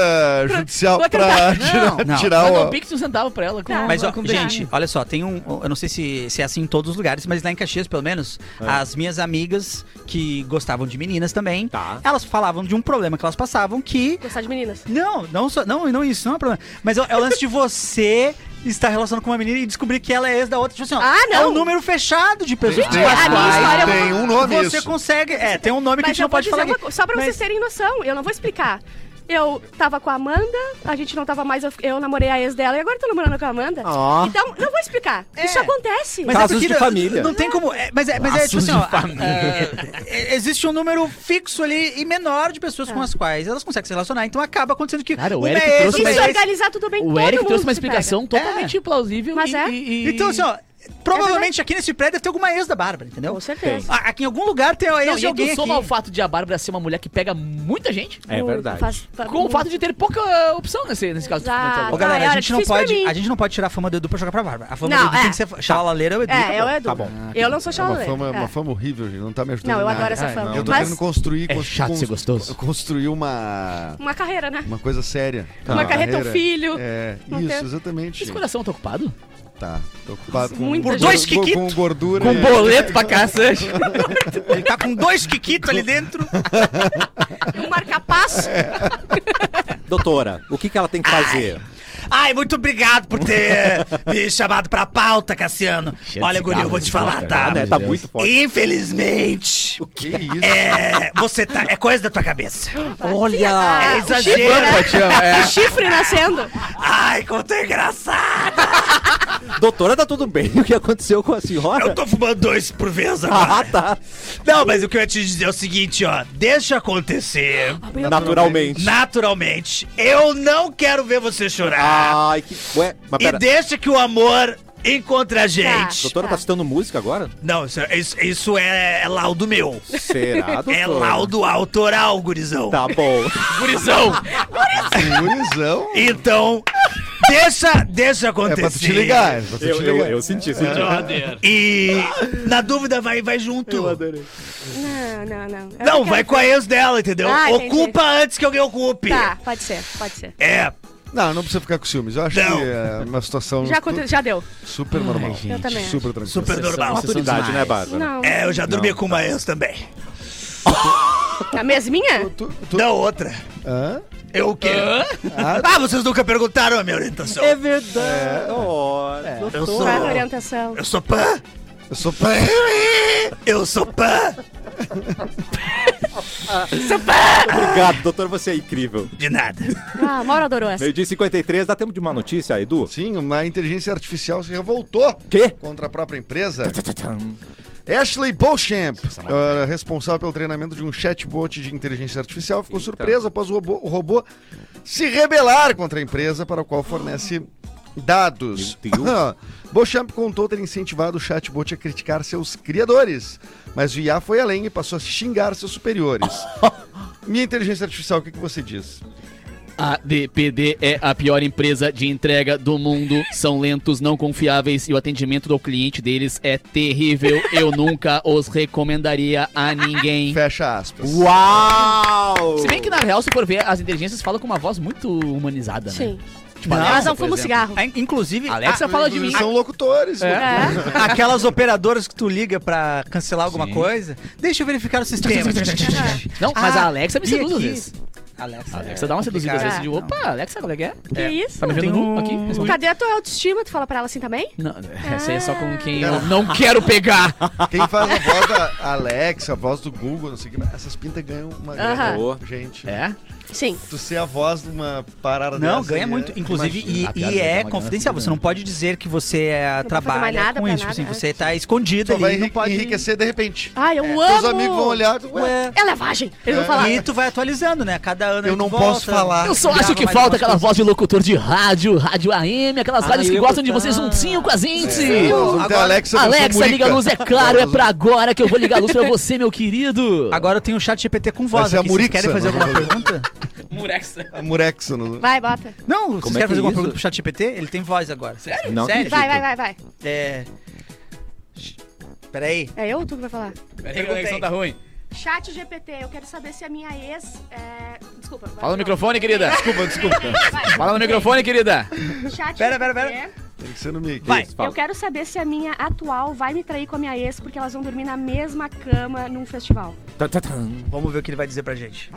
S5: judicial
S4: Vou
S5: pra
S4: tentar.
S5: tirar,
S3: Não, não.
S5: tirar
S2: Manda um
S5: o.
S2: pix de um centavo pra ela. Com,
S4: Tá.
S3: mas, ó,
S2: com beijo.
S3: gente, olha só, tem um. Eu não sei se, se é assim em todos os lugares, mas lá em Caxias, pelo menos, as minhas amigas que gostavam de meninas também,
S1: Tá.
S3: elas falavam de um problema que elas passavam que
S4: Gostar de meninas.
S3: Não, não, só, não, não isso, não é um problema. Mas é, o- é o lance de você estar relacionando com uma menina e descobrir que ela é ex da outra. Tipo assim, ó,
S4: Ah, não.
S3: É um número fechado de pessoas
S5: Gente,
S3: com as
S4: a minha
S3: quais
S4: história é uma-
S5: Tem um nome
S3: Você
S5: isso.
S3: consegue... É, tem um nome que a
S4: Mas
S3: gente
S4: eu
S3: não
S4: vou
S3: pode
S4: dizer
S3: falar
S4: uma
S3: aqui.
S4: coisa, só pra
S3: Mas-
S4: vocês terem noção, eu não vou explicar. Eu tava com a Amanda, a gente não tava mais, eu, eu namorei a ex dela e agora eu tô namorando com a Amanda.
S1: Ó.
S4: Então, não vou explicar.
S3: É.
S4: Isso acontece.
S3: Mas
S1: Casos
S3: porque
S1: de
S3: não-
S1: família.
S3: Não tem como. é, mas é, mas é tipo
S1: Laços
S3: assim, ó.
S1: de família.
S3: é, é, existe um número fixo ali e menor de pessoas
S4: Ah.
S3: com as quais elas conseguem se relacionar. Então acaba acontecendo que.
S2: Cara, o
S3: uma
S2: Eric
S3: é
S2: trouxe
S3: ex,
S4: Se
S3: uma
S2: mas-
S4: isso
S3: é ex.
S4: organizar tudo bem,
S2: O
S4: todo
S2: Eric
S4: mundo
S2: trouxe uma
S4: se pega.
S2: explicação totalmente plausível.
S4: Mas
S2: e-
S4: é.
S2: e- e-
S3: Então, assim, ó. Provavelmente aqui nesse prédio tem alguma ex da Bárbara, entendeu?
S4: Com certeza.
S3: Ah, Aqui em algum lugar tem a
S2: Não,
S3: ex de
S2: e é
S3: alguém.
S2: tu soma o
S3: Aqui.
S2: fato de a Bárbara ser uma mulher que pega muita gente
S1: É
S4: Muito
S1: verdade.
S4: fácil, tá
S2: com o
S4: muito-
S2: fato de ter pouca uh, opção nesse, nesse caso. que tu
S4: Exato.
S2: comentou
S3: Ô,
S2: agora.
S3: galera,
S4: Ah,
S3: a,
S4: era
S3: gente não
S4: difícil pra
S3: pode,
S4: mim.
S3: a gente não pode tirar a fama do Edu pra jogar pra Bárbara. A fama
S4: Não,
S3: do Edu
S4: é.
S3: tem que ser chalaleira é o Edu.
S4: É, eu
S3: acabou.
S4: é Edu.
S1: Tá bom.
S4: Eu não sou
S5: É uma
S4: chaleira.
S5: fama,
S4: É.
S5: uma fama horrível, gente. Não tá me ajudando.
S4: Não,
S5: em
S4: eu
S5: nada.
S4: adoro essa
S2: Ai,
S4: fama.
S5: Eu tô
S4: Mas
S5: querendo construir.
S2: É
S5: cons-
S2: chato
S5: cons-
S2: ser gostoso.
S5: Construir uma.
S4: uma carreira, né?
S5: Uma coisa séria.
S4: Uma carreta, um filho.
S5: É,
S4: Não
S5: isso,
S4: tem-
S5: exatamente.
S2: Esse coração tá ocupado?
S5: Tá, tô ocupado com,
S4: Muita
S5: com-
S4: gente.
S3: Dois
S5: com,
S3: Kikito.
S5: com gordura.
S2: Com
S5: e-
S2: boleto pra cacete.
S3: Ele tá com dois Kikitos ali dentro.
S4: Um marca-passo.
S1: Doutora, o que, que ela tem que fazer?
S3: Ai, muito obrigado por ter me chamado pra pauta, Cassiano. Olha, Guri, eu vou te falar, tá?
S1: Ah, né? Tá muito forte.
S3: Infelizmente,
S5: Que isso?
S3: é, você tá. É coisa da tua cabeça.
S4: Ah,
S3: É
S4: o chifre,
S3: exagero.
S4: né?
S5: Te amo, é.
S4: O chifre nascendo.
S3: Ai, como tu é engraçado.
S1: Doutora, tá tudo bem? <laughs> O que aconteceu com a senhora?
S3: Eu tô fumando dois por vez agora.
S1: Ah, tá.
S3: Não, mas o que eu ia te dizer é o seguinte, ó. Deixa acontecer.
S1: Naturalmente.
S3: Naturalmente. Eu não quero ver você chorar.
S1: Ai, que. Ué, Ah, mas
S3: e
S1: pera.
S3: deixa que o amor encontre a gente.
S1: Doutora, tá citando música agora?
S3: Não, isso, é- isso- isso é, é laudo meu.
S1: Será, doutora?
S3: <laughs>
S5: né?
S3: É laudo autoral, gurizão.
S1: Tá bom.
S3: Gurizão.
S5: Gurizão.
S3: <laughs> Então, deixa, deixa
S5: É
S3: acontecer.
S5: pra tu te ligar. É pra tu te ligar.
S1: senti, senti.
S3: E na dúvida vai, vai junto.
S4: Não, não, não. Eu
S3: Não,
S4: quero-
S3: vai com a ex dela, entendeu?
S4: É Ah, entendi.
S3: Ocupa antes que alguém ocupe.
S4: Tá, pode ser, pode ser.
S3: É,
S5: Não, não precisa ficar com ciúmes. Eu acho
S3: Não.
S5: que é uma situação
S4: Já, aconte... já deu.
S5: super normal.
S4: Eu também
S5: Super tranquila.
S3: super normal.
S1: Maturidade, né, Bárbara?
S4: Não.
S3: É, eu já dormi com uma ex também.
S4: A mesminha?
S5: Tu, tu...
S3: Da outra.
S5: Hã?
S3: Eu o quê? Ah, vocês nunca perguntaram a minha orientação.
S1: verdade. Olha.
S3: Eu sou.
S4: Qual é a orientação?
S3: Eu sou pã.
S5: Eu sou <laughs> pai.
S3: Eu sou pã.
S1: Obrigado, doutor, você é incrível.
S5: <laughs>
S3: De nada.
S4: Ah, a Mauro adorou essa.
S1: Meio dia 53, dá tempo de uma notícia, Edu?
S5: Sim, uma inteligência artificial se revoltou
S1: Quê?
S5: contra a própria empresa. Ashley Beauchamp, eh, responsável pelo treinamento de um chatbot de inteligência artificial, ficou surpresa após o robô, o robô se rebelar contra a empresa para a qual fornece dados.
S1: Meu
S5: <laughs> Beauchamp contou ter incentivado o chatbot a criticar seus criadores, mas o IA foi além e passou a xingar seus superiores. Minha inteligência artificial, o que, que você diz?
S2: <laughs> A DPD é a pior empresa de entrega do mundo. São lentos, não confiáveis e o atendimento do cliente deles é terrível. Eu nunca os recomendaria a ninguém.
S5: Fecha aspas.
S1: Uau!
S2: Se bem que na real, se for ver, as inteligências falam com uma voz muito humanizada, né?
S4: Sim.
S2: Tipo, a
S3: Não,
S4: Elas
S2: Alexa,
S4: não
S2: por
S4: fumam
S2: exemplo.
S4: cigarro. Ah,
S3: Inclusive,
S5: Ah,
S2: Alexa fala de mim.
S5: Inclusive, São locutores. né?
S3: <laughs>
S5: locutores.
S4: É.
S3: Aquelas operadoras que tu liga pra cancelar alguma coisa. Deixa eu verificar o sistema.
S2: Não, mas
S3: Ah,
S2: a Alexa me
S3: vi
S2: seduz às
S3: aqui.
S2: vezes.
S3: Alexa,
S2: A Alexa dá uma seduzida às vezes. De,
S3: complicado.
S2: Opa, Alexa, qual é que é?
S4: Que isso?
S2: Tá me vendo
S3: Tem
S2: nu
S3: um-
S2: aqui? Responde.
S4: Cadê a tua autoestima? Tu fala pra ela assim também?
S2: Não, essa aí é só com quem eu não quero pegar.
S5: Quem faz a voz da Alexa, a voz do Google, não sei o que, mas essas pintas ganham uma grana.
S1: Aham.
S5: Gente,
S2: É?
S4: Sim.
S5: tu ser a voz de uma parada
S3: Não,
S5: dessa
S3: ganha
S5: aí,
S3: muito.
S5: é-
S3: Inclusive,
S5: imagina.
S3: e,
S2: A
S3: e
S2: piada vai
S3: é
S2: tomar
S3: confidencial.
S2: grana.
S3: Você não pode dizer que você é,
S4: pode fazer mais
S3: trabalha
S4: nada
S3: com
S4: pra
S3: isso. Tipo
S4: nada,
S3: assim,
S4: é.
S3: você tá escondida
S5: Só vai
S3: ali.
S5: enri-
S3: Não pode...
S5: enriquecer de repente.
S4: Ai, eu amo.
S5: Teus amigos vão olhar, tu, ué,
S3: Ué.
S4: É lavagem. Eles vão falar.
S3: E tu vai atualizando, né? Cada ano
S5: eu
S3: tu
S5: não
S3: volta.
S5: posso falar.
S2: Eu só
S3: Grava
S2: acho que
S3: mais
S2: falta
S3: umas
S2: aquela voz de locutor de rádio, rádio AM, aquelas rádios que
S1: eu
S2: gostam de
S1: gostava.
S2: vocês juntinho com a gente.
S5: Vamos ter
S3: Agora-
S5: Alexa, versão
S2: Alexa,
S5: Murica.
S2: liga a luz, é claro, é pra agora que eu vou ligar a luz pra você, meu querido.
S3: Agora eu tenho o chat GPT com
S5: Vai
S3: voz
S5: ser a
S3: aqui. Vocês
S5: Murica,
S3: querem fazer
S5: não
S3: alguma
S5: vai
S3: pergunta?
S9: Murexa.
S5: A Murexa. No...
S4: Vai, bota.
S3: Não,
S1: Como é
S3: vocês querem
S1: que
S3: fazer alguma
S1: é isso?
S3: pergunta pro chat GPT? Ele tem voz agora.
S9: Sério?
S1: Não
S3: Sério?
S1: acredito.
S4: Vai, vai, vai, vai.
S3: É... Peraí.
S4: É eu ou tu que vai falar?
S9: Peraí que a conexão tá ruim.
S4: Chat GPT, eu quero saber se a minha ex. É... Desculpa. vai,
S2: Fala no
S4: não.
S2: microfone, querida.
S1: Desculpa, desculpa.
S4: Vai.
S2: Fala no microfone, querida.
S4: Chat
S3: Pera, pera,
S4: GPT,
S3: pera.
S5: Tem que ser no mic.
S3: Vai.
S1: Isso,
S4: Eu quero saber se a minha atual vai me trair com a minha ex, porque elas vão dormir na mesma cama num festival.
S1: Tá, tá, tá.
S3: Vamos ver o que ele vai dizer pra gente.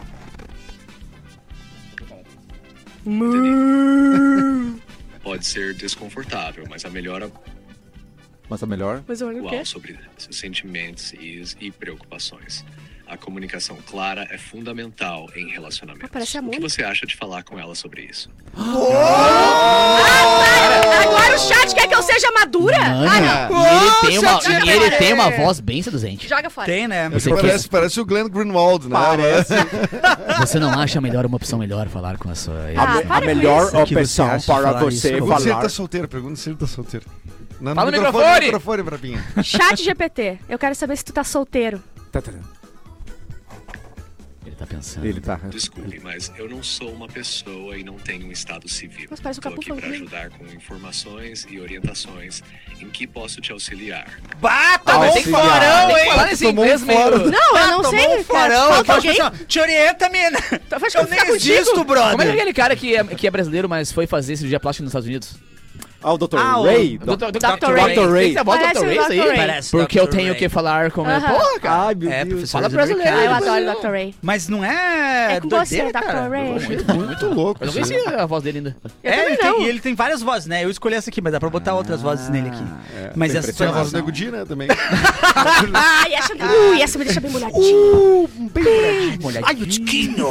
S10: Pode ser desconfortável, mas a melhora
S1: Mas a melhor.
S4: Mas eu olho o quê?
S10: atual sobre seus sentimentos e, e preocupações. A comunicação clara é fundamental em
S4: Ah,
S10: relacionamentos.
S4: parece a
S10: o que
S4: Mônica.
S10: você acha de falar com ela sobre isso?
S4: Ah,
S10: é.
S4: Agora o chat quer que eu seja madura? Ah,
S2: Mano, e ele tem uma,
S4: Nossa,
S2: e ele
S4: cara.
S2: tem uma voz bem seduzente.
S4: Joga fora.
S3: Tem, né?
S2: Você,
S5: É, Parece, parece o Glenn Greenwald, né?
S2: que- você não acha melhor uma opção melhor falar com a sua ex?
S4: Ah,
S2: né?
S4: para com isso.
S3: Que você acha de falar isso?
S5: Pergunta se ele tá solteiro, pergunta se ele tá solteiro. Não,
S2: Fala no
S5: microfone,
S2: microfone!
S5: microfone brabinha.
S4: Chat GPT, eu quero saber se tu tá solteiro.
S1: Tá, tá.
S2: Ele tá pensando.
S1: Ele tá.
S10: Desculpe, mas eu não sou uma pessoa e não tenho um estado civil.
S4: Nossa, parece o
S10: Estou
S4: Capu
S10: aqui para
S4: falando.
S10: ajudar com informações e orientações em que posso te auxiliar.
S3: Bata,
S1: Auxiliar.
S3: Tá tem farão, hein?
S2: Fala nesse
S5: Tomou um
S2: inglês
S5: fora.
S2: meio...
S4: Não, eu não sei.
S3: Tomou um farão.
S4: Falta
S3: eu acho
S4: alguém?
S3: que assim, ó, Te orienta, <laughs> mina.
S2: tá,
S4: Eu acho que eu
S3: Eu
S4: vou ficar
S3: nem
S4: contigo.
S3: existo,
S2: Como é que é
S3: brother.
S2: aquele cara que é, que é brasileiro, mas foi fazer cirurgia plástica nos Estados Unidos?
S1: Ah, o Dr.
S3: Ah, o-
S1: Ray.
S2: Do- do- do-
S4: Dr.
S2: Dr.
S4: Ray.
S1: Dr. Ray.
S2: Esse é a voz do
S4: Parece
S2: Dr.
S4: o
S2: Ray, isso aí?
S4: Dr. Ray.
S3: Parece
S2: Porque
S3: Dr.
S2: eu tenho
S3: Ray.
S2: que falar com...
S4: Aham.
S2: Pô, cara.
S1: Ai, meu
S3: É,
S1: Deus.
S3: professor.
S2: Fala brasileiro.
S4: Ah, eu adoro o Dr. Ray.
S3: Mas não é...
S4: É com
S3: doideira,
S4: você, Dr.
S3: cara.
S4: Ray.
S5: Muito louco.
S2: Eu não
S5: isso aí.
S2: conheci a voz dele ainda.
S4: Eu
S3: é,
S4: também
S3: ele tem,
S4: não. Ah,
S3: e ele tem várias vozes, né? Eu escolhi essa aqui, mas dá pra botar outras vozes nele aqui.
S4: é.
S3: mas essa
S5: Tem a voz do
S3: não.
S5: Nego Di, né, também.
S4: Ai, essa, ui, essa me deixa bem molhadinha.
S2: Ai, o Tiquinho!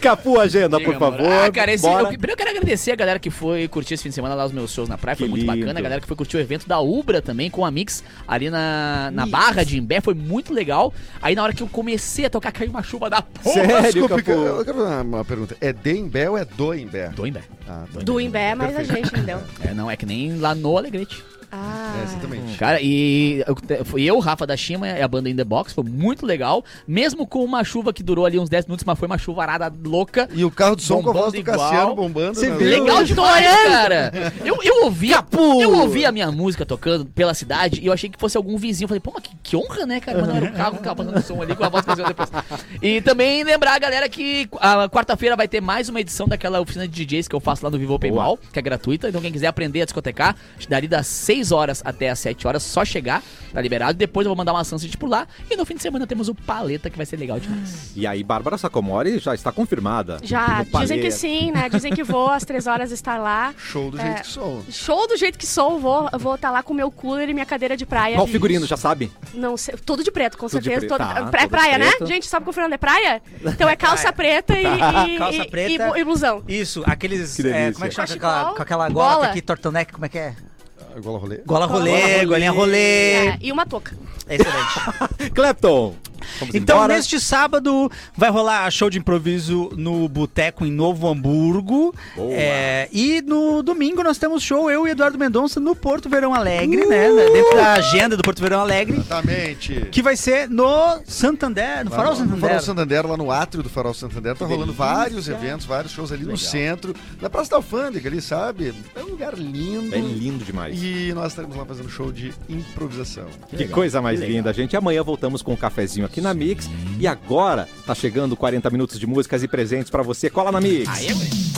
S1: Capu, agenda, Tá, por
S2: Diga,
S1: favor.
S2: amor. Ah, cara, esse, eu,
S1: Bora.
S2: primeiro eu quero agradecer a galera que foi curtir esse fim de semana lá os meus shows na praia, foi
S1: Que
S2: muito
S1: lindo.
S2: bacana. A galera que foi curtir o evento da Ubra também com a Mix ali na, na Barra de Imbé, foi muito legal. Aí na hora que eu comecei a tocar, caiu uma chuva da porra.
S1: Sério,
S5: Desculpa, eu
S1: Capu.
S5: quero fazer uma pergunta. É de Imbé ou é do Imbé?
S2: Do Imbé.
S5: Ah, tá.
S4: Do Imbé, mas a gente não deu.
S2: É, não, é que nem lá no Alegrete.
S4: Ah.
S5: É,
S1: Hum.
S5: exatamente.
S2: Cara, e eu- foi eu, Rafa da Shima e a banda In The Box, foi muito legal. Mesmo com uma chuva que durou ali uns 10 minutos, mas foi uma chuvarada louca.
S5: E o carro de som com a voz
S2: Bombando
S5: do
S2: igual.
S5: Cassiano bombando.
S1: Você
S5: né?
S1: viu?
S2: Legal demais, cara. Eu, eu ouvi, eu ouvi a minha música tocando pela cidade e eu achei que fosse algum vizinho. Falei, pô, mas que, que honra, né, cara? Mas não era o carro que tava passando som ali com a voz fazendo depois. E também lembrar a galera que a quarta-feira vai ter mais uma edição daquela oficina de DJs que eu faço lá no Vivo Open Mall, que é gratuita. Então quem quiser aprender a discotecar, dali das 6 horas até as 7 horas, só chegar, tá liberado. Depois eu vou mandar uma sunset por lá e no fim de semana temos o Paleta, que vai ser legal demais.
S1: E aí, Bárbara Sacomori já está confirmada.
S4: Já,
S1: No
S4: dizem que
S1: Paleta.
S4: sim, né? Dizem que vou às três horas estar lá.
S5: Show do jeito que sou.
S4: Show do jeito que sou, vou estar vou tá lá com meu cooler e minha cadeira de praia.
S1: Qual figurino, já sabe?
S4: Não sei, todo de preto, com
S1: Tudo de
S4: certeza.
S1: preto,
S4: todo-
S1: tá, todo
S4: pra-
S1: de
S4: praia, né?
S1: preto.
S4: Gente, sabe que o Fernando é praia? Então é calça preta
S3: <laughs>
S4: e, e,
S3: Calça
S4: e-
S3: preta.
S4: e bu- e blusão.
S3: Isso, aqueles.
S1: Que
S3: é,
S1: delícia.
S3: como é que chama? Com
S4: Futebol,
S3: aquela, com aquela gola,
S4: bola.
S3: aqui, tortoneck, como é que é?
S5: Gola rolê.
S3: Gola rolê, golinha rolê.
S4: É, e uma touca.
S3: Excelente.
S1: Clapton. Vamos
S3: Então,
S1: embora.
S3: neste sábado, vai rolar show de improviso no Boteco em Novo Hamburgo.
S1: Boa.
S3: É, e no domingo nós temos show, eu e Eduardo Mendonça, no Porto Verão Alegre, né? né, Dentro da agenda do Porto Verão Alegre.
S5: Exatamente.
S3: Que vai ser no Santander, no
S5: Lá
S3: Farol
S5: no- No
S3: Santander.
S5: Farol Santander, lá no átrio do Farol Santander, tá rolando vários eventos, vários shows ali no centro, na Praça da Alfândega ali, sabe? É um lugar lindo.
S1: É lindo demais.
S5: E nós estaremos lá fazendo show de improvisação.
S1: Que coisa mais linda, gente. Amanhã voltamos com um cafezinho aqui na Mix. E agora tá chegando 40 minutos de músicas e presentes pra você. Cola na Mix.
S2: Aí,